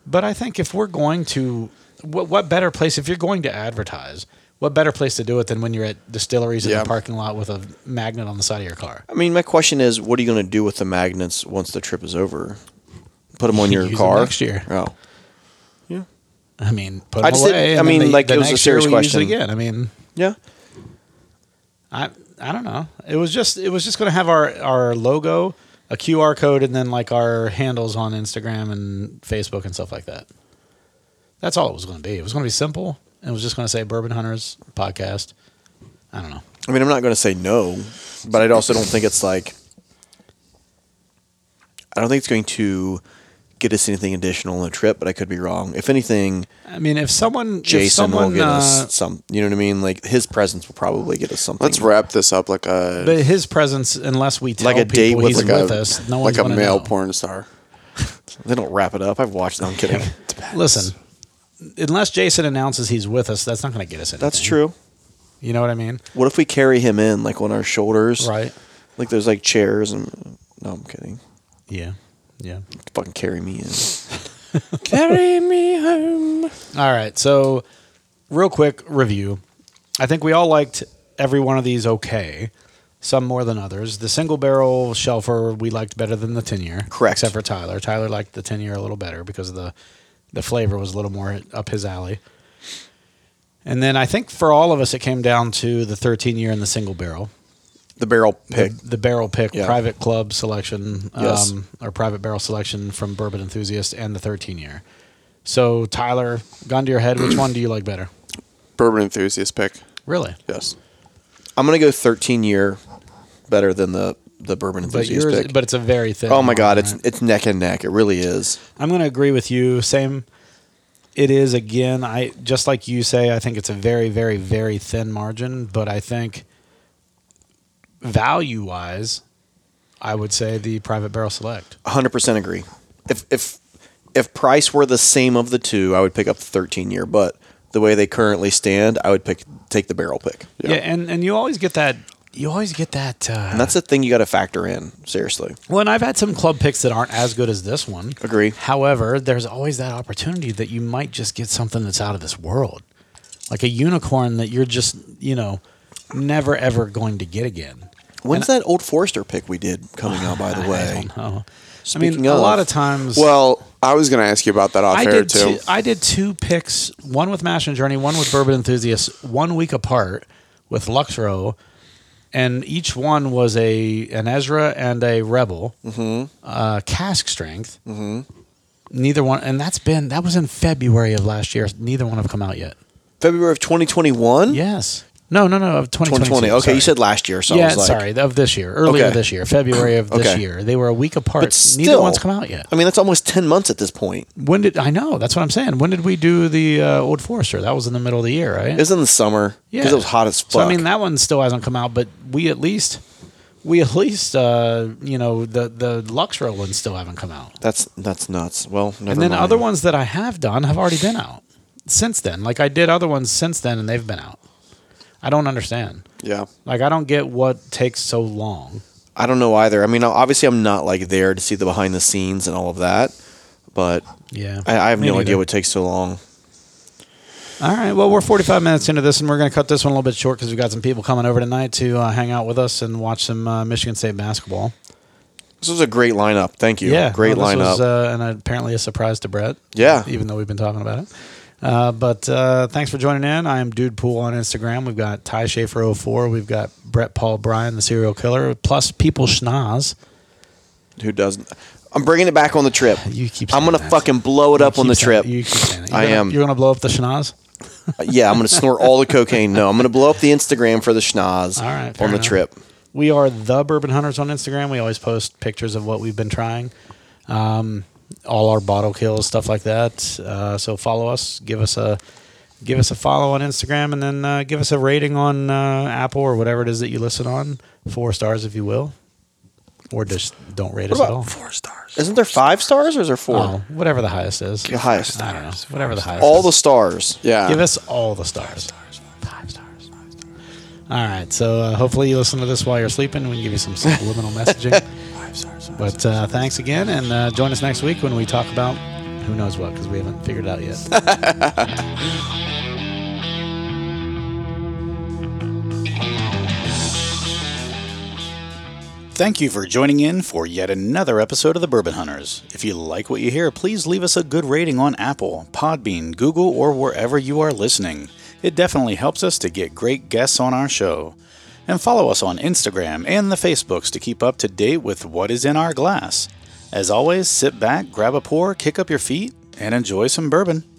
Speaker 3: but i think if we're going to what, what better place if you're going to advertise what better place to do it than when you're at distilleries in
Speaker 2: Yeah.
Speaker 3: the parking lot with a magnet on the side of your car
Speaker 1: I mean, my question is, what are you going to do with the magnets once the trip is over? Put them on your
Speaker 3: Use 'em
Speaker 1: car
Speaker 3: next year.
Speaker 1: Oh,
Speaker 3: i mean put
Speaker 1: I
Speaker 3: them
Speaker 1: just
Speaker 3: away
Speaker 1: didn't- I
Speaker 3: and then
Speaker 1: mean,
Speaker 3: the-
Speaker 1: like,
Speaker 3: the
Speaker 1: it was a
Speaker 3: next year
Speaker 1: serious
Speaker 3: we use it
Speaker 1: question.
Speaker 3: again i mean
Speaker 1: yeah.
Speaker 3: I I don't know. It was just it was just going to have our our logo, a QR code, and then like our handles on Instagram and Facebook and stuff like that. That's all it was going to be. It was going to be simple. And it was just going to say Bourbon Hunters podcast. I don't know.
Speaker 1: I mean, I'm not going to say no, but I also don't think it's like. I don't think it's going to get us anything additional on the trip, but I could be wrong. If anything,
Speaker 3: I mean, if someone if
Speaker 1: Jason
Speaker 3: someone,
Speaker 1: will get
Speaker 3: uh,
Speaker 1: us some. You know what I mean? Like his presence will probably get us something.
Speaker 2: Let's wrap this up like a
Speaker 3: but his presence, unless we tell
Speaker 1: Like a
Speaker 3: people
Speaker 1: date with
Speaker 3: he's
Speaker 1: like
Speaker 2: like
Speaker 3: with
Speaker 2: a,
Speaker 3: us, no one's
Speaker 2: like a
Speaker 3: gonna
Speaker 2: male
Speaker 3: know.
Speaker 2: porn star.
Speaker 1: They don't wrap it up. I've watched. No, I'm kidding.
Speaker 3: Listen, unless Jason announces he's with us, that's not going to get us anything.
Speaker 1: That's true.
Speaker 3: You know what I mean?
Speaker 1: What if we carry him in like on our shoulders?
Speaker 3: Right.
Speaker 1: Like there's like chairs and. No, I'm kidding.
Speaker 3: Yeah. Yeah.
Speaker 1: Fucking carry me in.
Speaker 2: Carry me home.
Speaker 3: All right. So, real quick review. I think we all liked every one of these okay, some more than others. The single barrel shelfer we liked better than the 10 year.
Speaker 1: Correct.
Speaker 3: Except for Tyler. Tyler liked the 10 year a little better because the, the flavor was a little more up his alley. And then I think for all of us, it came down to the 13 year and the single barrel.
Speaker 1: The barrel
Speaker 3: The,
Speaker 1: pick.
Speaker 3: the barrel pick,
Speaker 1: Yeah.
Speaker 3: private club selection,
Speaker 1: Yes.
Speaker 3: um, or private barrel selection from Bourbon Enthusiast and the 13 year. So, Tyler, gun to your head, which one do you like better?
Speaker 2: Bourbon enthusiast pick.
Speaker 3: Really?
Speaker 2: Yes.
Speaker 1: I'm gonna go 13 year, better than the the bourbon
Speaker 3: But
Speaker 1: enthusiast
Speaker 3: yours,
Speaker 1: pick.
Speaker 3: but it's a very thin.
Speaker 1: oh my god,
Speaker 3: line,
Speaker 1: it's
Speaker 3: right?
Speaker 1: it's neck and neck. It really is.
Speaker 3: I'm going to agree with you. Same. It is again. I just like you say. I think it's a very, very, very thin margin. But I think value wise, I would say the private barrel select.
Speaker 1: 100 percent agree. If if if price were the same of the two, I would pick up the 13 year. But the way they currently stand, I would pick take the barrel pick.
Speaker 3: Yeah, and and you always get that you always get that. Uh,
Speaker 1: And that's a thing you got to factor in. Seriously.
Speaker 3: well, and I've had some club picks that aren't as good as this one.
Speaker 1: Agree.
Speaker 3: However, there's always that opportunity that you might just get something that's out of this world, like a unicorn that you're just you know never ever going to get again.
Speaker 1: When's that old Forester pick we did coming out? By the
Speaker 3: I
Speaker 1: way,
Speaker 3: don't know. I
Speaker 1: Speaking
Speaker 3: mean, a
Speaker 1: of-
Speaker 3: lot of times.
Speaker 2: Well, I was going to ask you about that off
Speaker 3: I
Speaker 2: air
Speaker 3: did
Speaker 2: too.
Speaker 3: two. I did two picks, one with Mash and Journey, one with Bourbon Enthusiasts, one week apart with Luxro, and each one was a an Ezra and a Rebel
Speaker 1: Mm-hmm.
Speaker 3: uh, cask strength. Mm-hmm. Neither one, and that's been that was in February of last year. Neither one have come out yet.
Speaker 1: February of 2021.
Speaker 3: Yes, no, no, no, of twenty
Speaker 1: 2020. Okay, you said last year, so I
Speaker 3: yeah,
Speaker 1: was like,
Speaker 3: sorry, of this year, earlier
Speaker 1: Okay.
Speaker 3: this year, February of this
Speaker 1: Okay.
Speaker 3: year. They were a week apart.
Speaker 1: But still,
Speaker 3: Neither one's come out yet.
Speaker 1: I mean, that's almost 10 months at this point.
Speaker 3: When did I know? That's what I'm saying. When did we do the uh, Old Forester? That was in the middle of the year, right?
Speaker 1: It was in the summer because it was hot as fuck.
Speaker 3: So I mean, that one still hasn't come out, but we at least, we at least, uh, you know, the the Luxro ones still haven't come out,
Speaker 1: that's that's nuts. Well, never
Speaker 3: and then
Speaker 1: mind.
Speaker 3: other ones that I have done have already been out since then. Like I did other ones since then, and they've been out. I don't understand.
Speaker 2: yeah.
Speaker 3: Like I don't get what takes so long.
Speaker 1: I don't know either. I mean, obviously, I'm not like there to see the behind the scenes and all of that, but
Speaker 3: Yeah,
Speaker 1: I, I have
Speaker 3: me
Speaker 1: no
Speaker 3: neither.
Speaker 1: idea what takes so long.
Speaker 3: All right. Well, we're 45 minutes into this, and we're going to cut this one a little bit short because we've got some people coming over tonight to uh, hang out with us and watch some uh, Michigan State basketball.
Speaker 1: This was a great lineup. Thank you. great
Speaker 3: well, this
Speaker 1: lineup.
Speaker 3: was, uh, and apparently a surprise to Brett.
Speaker 1: Yeah.
Speaker 3: Even though we've been talking about it. Uh, but uh, thanks for joining in. I am Dude Pool on Instagram. We've got Ty Schaefer 04. We've got Brett Paul Bryan, the serial killer, plus People Schnoz.
Speaker 1: Who doesn't? I'm bringing it back on the trip.
Speaker 3: uh, You keep
Speaker 1: I'm
Speaker 3: saying
Speaker 1: gonna
Speaker 3: that.
Speaker 1: fucking blow it
Speaker 3: You
Speaker 1: up on
Speaker 3: keep
Speaker 1: the
Speaker 3: saying-
Speaker 1: trip.
Speaker 3: You keep saying that. You're
Speaker 1: I
Speaker 3: gonna-
Speaker 1: am.
Speaker 3: You're going to blow up the Schnoz?
Speaker 1: yeah, I'm gonna snort all the cocaine. No, I'm gonna blow up the Instagram for the schnoz
Speaker 3: All right, fair
Speaker 1: on the
Speaker 3: enough.
Speaker 1: trip.
Speaker 3: We are the Bourbon Hunters on Instagram. We always post pictures of what we've been trying, um, all our bottle kills, stuff like that. Uh, so follow us, give us a give us a follow on Instagram, and then uh, give us a rating on uh, Apple or whatever it is that you listen on, four stars if you will, or just don't rate us at all.
Speaker 1: four stars? Isn't there five stars or is there four?
Speaker 3: Oh, whatever the highest is,
Speaker 1: The highest.
Speaker 3: I don't know. Whatever the highest.
Speaker 1: All
Speaker 3: is.
Speaker 1: the stars.
Speaker 2: Yeah.
Speaker 3: Give us all the stars. Five stars. All right. So uh, hopefully you listen to this while you're sleeping. We can give you some subliminal messaging. But uh, thanks again, and uh, join us next week when we talk about who knows what because we haven't figured it out yet.
Speaker 4: Thank you for joining in for yet another episode of The Bourbon Hunters. If you like what you hear, please leave us a good rating on Apple, Podbean, Google, or wherever you are listening. It definitely helps us to get great guests on our show. And follow us on Instagram and the Facebooks to keep up to date with what is in our glass. As always, sit back, grab a pour, kick up your feet, and enjoy some bourbon.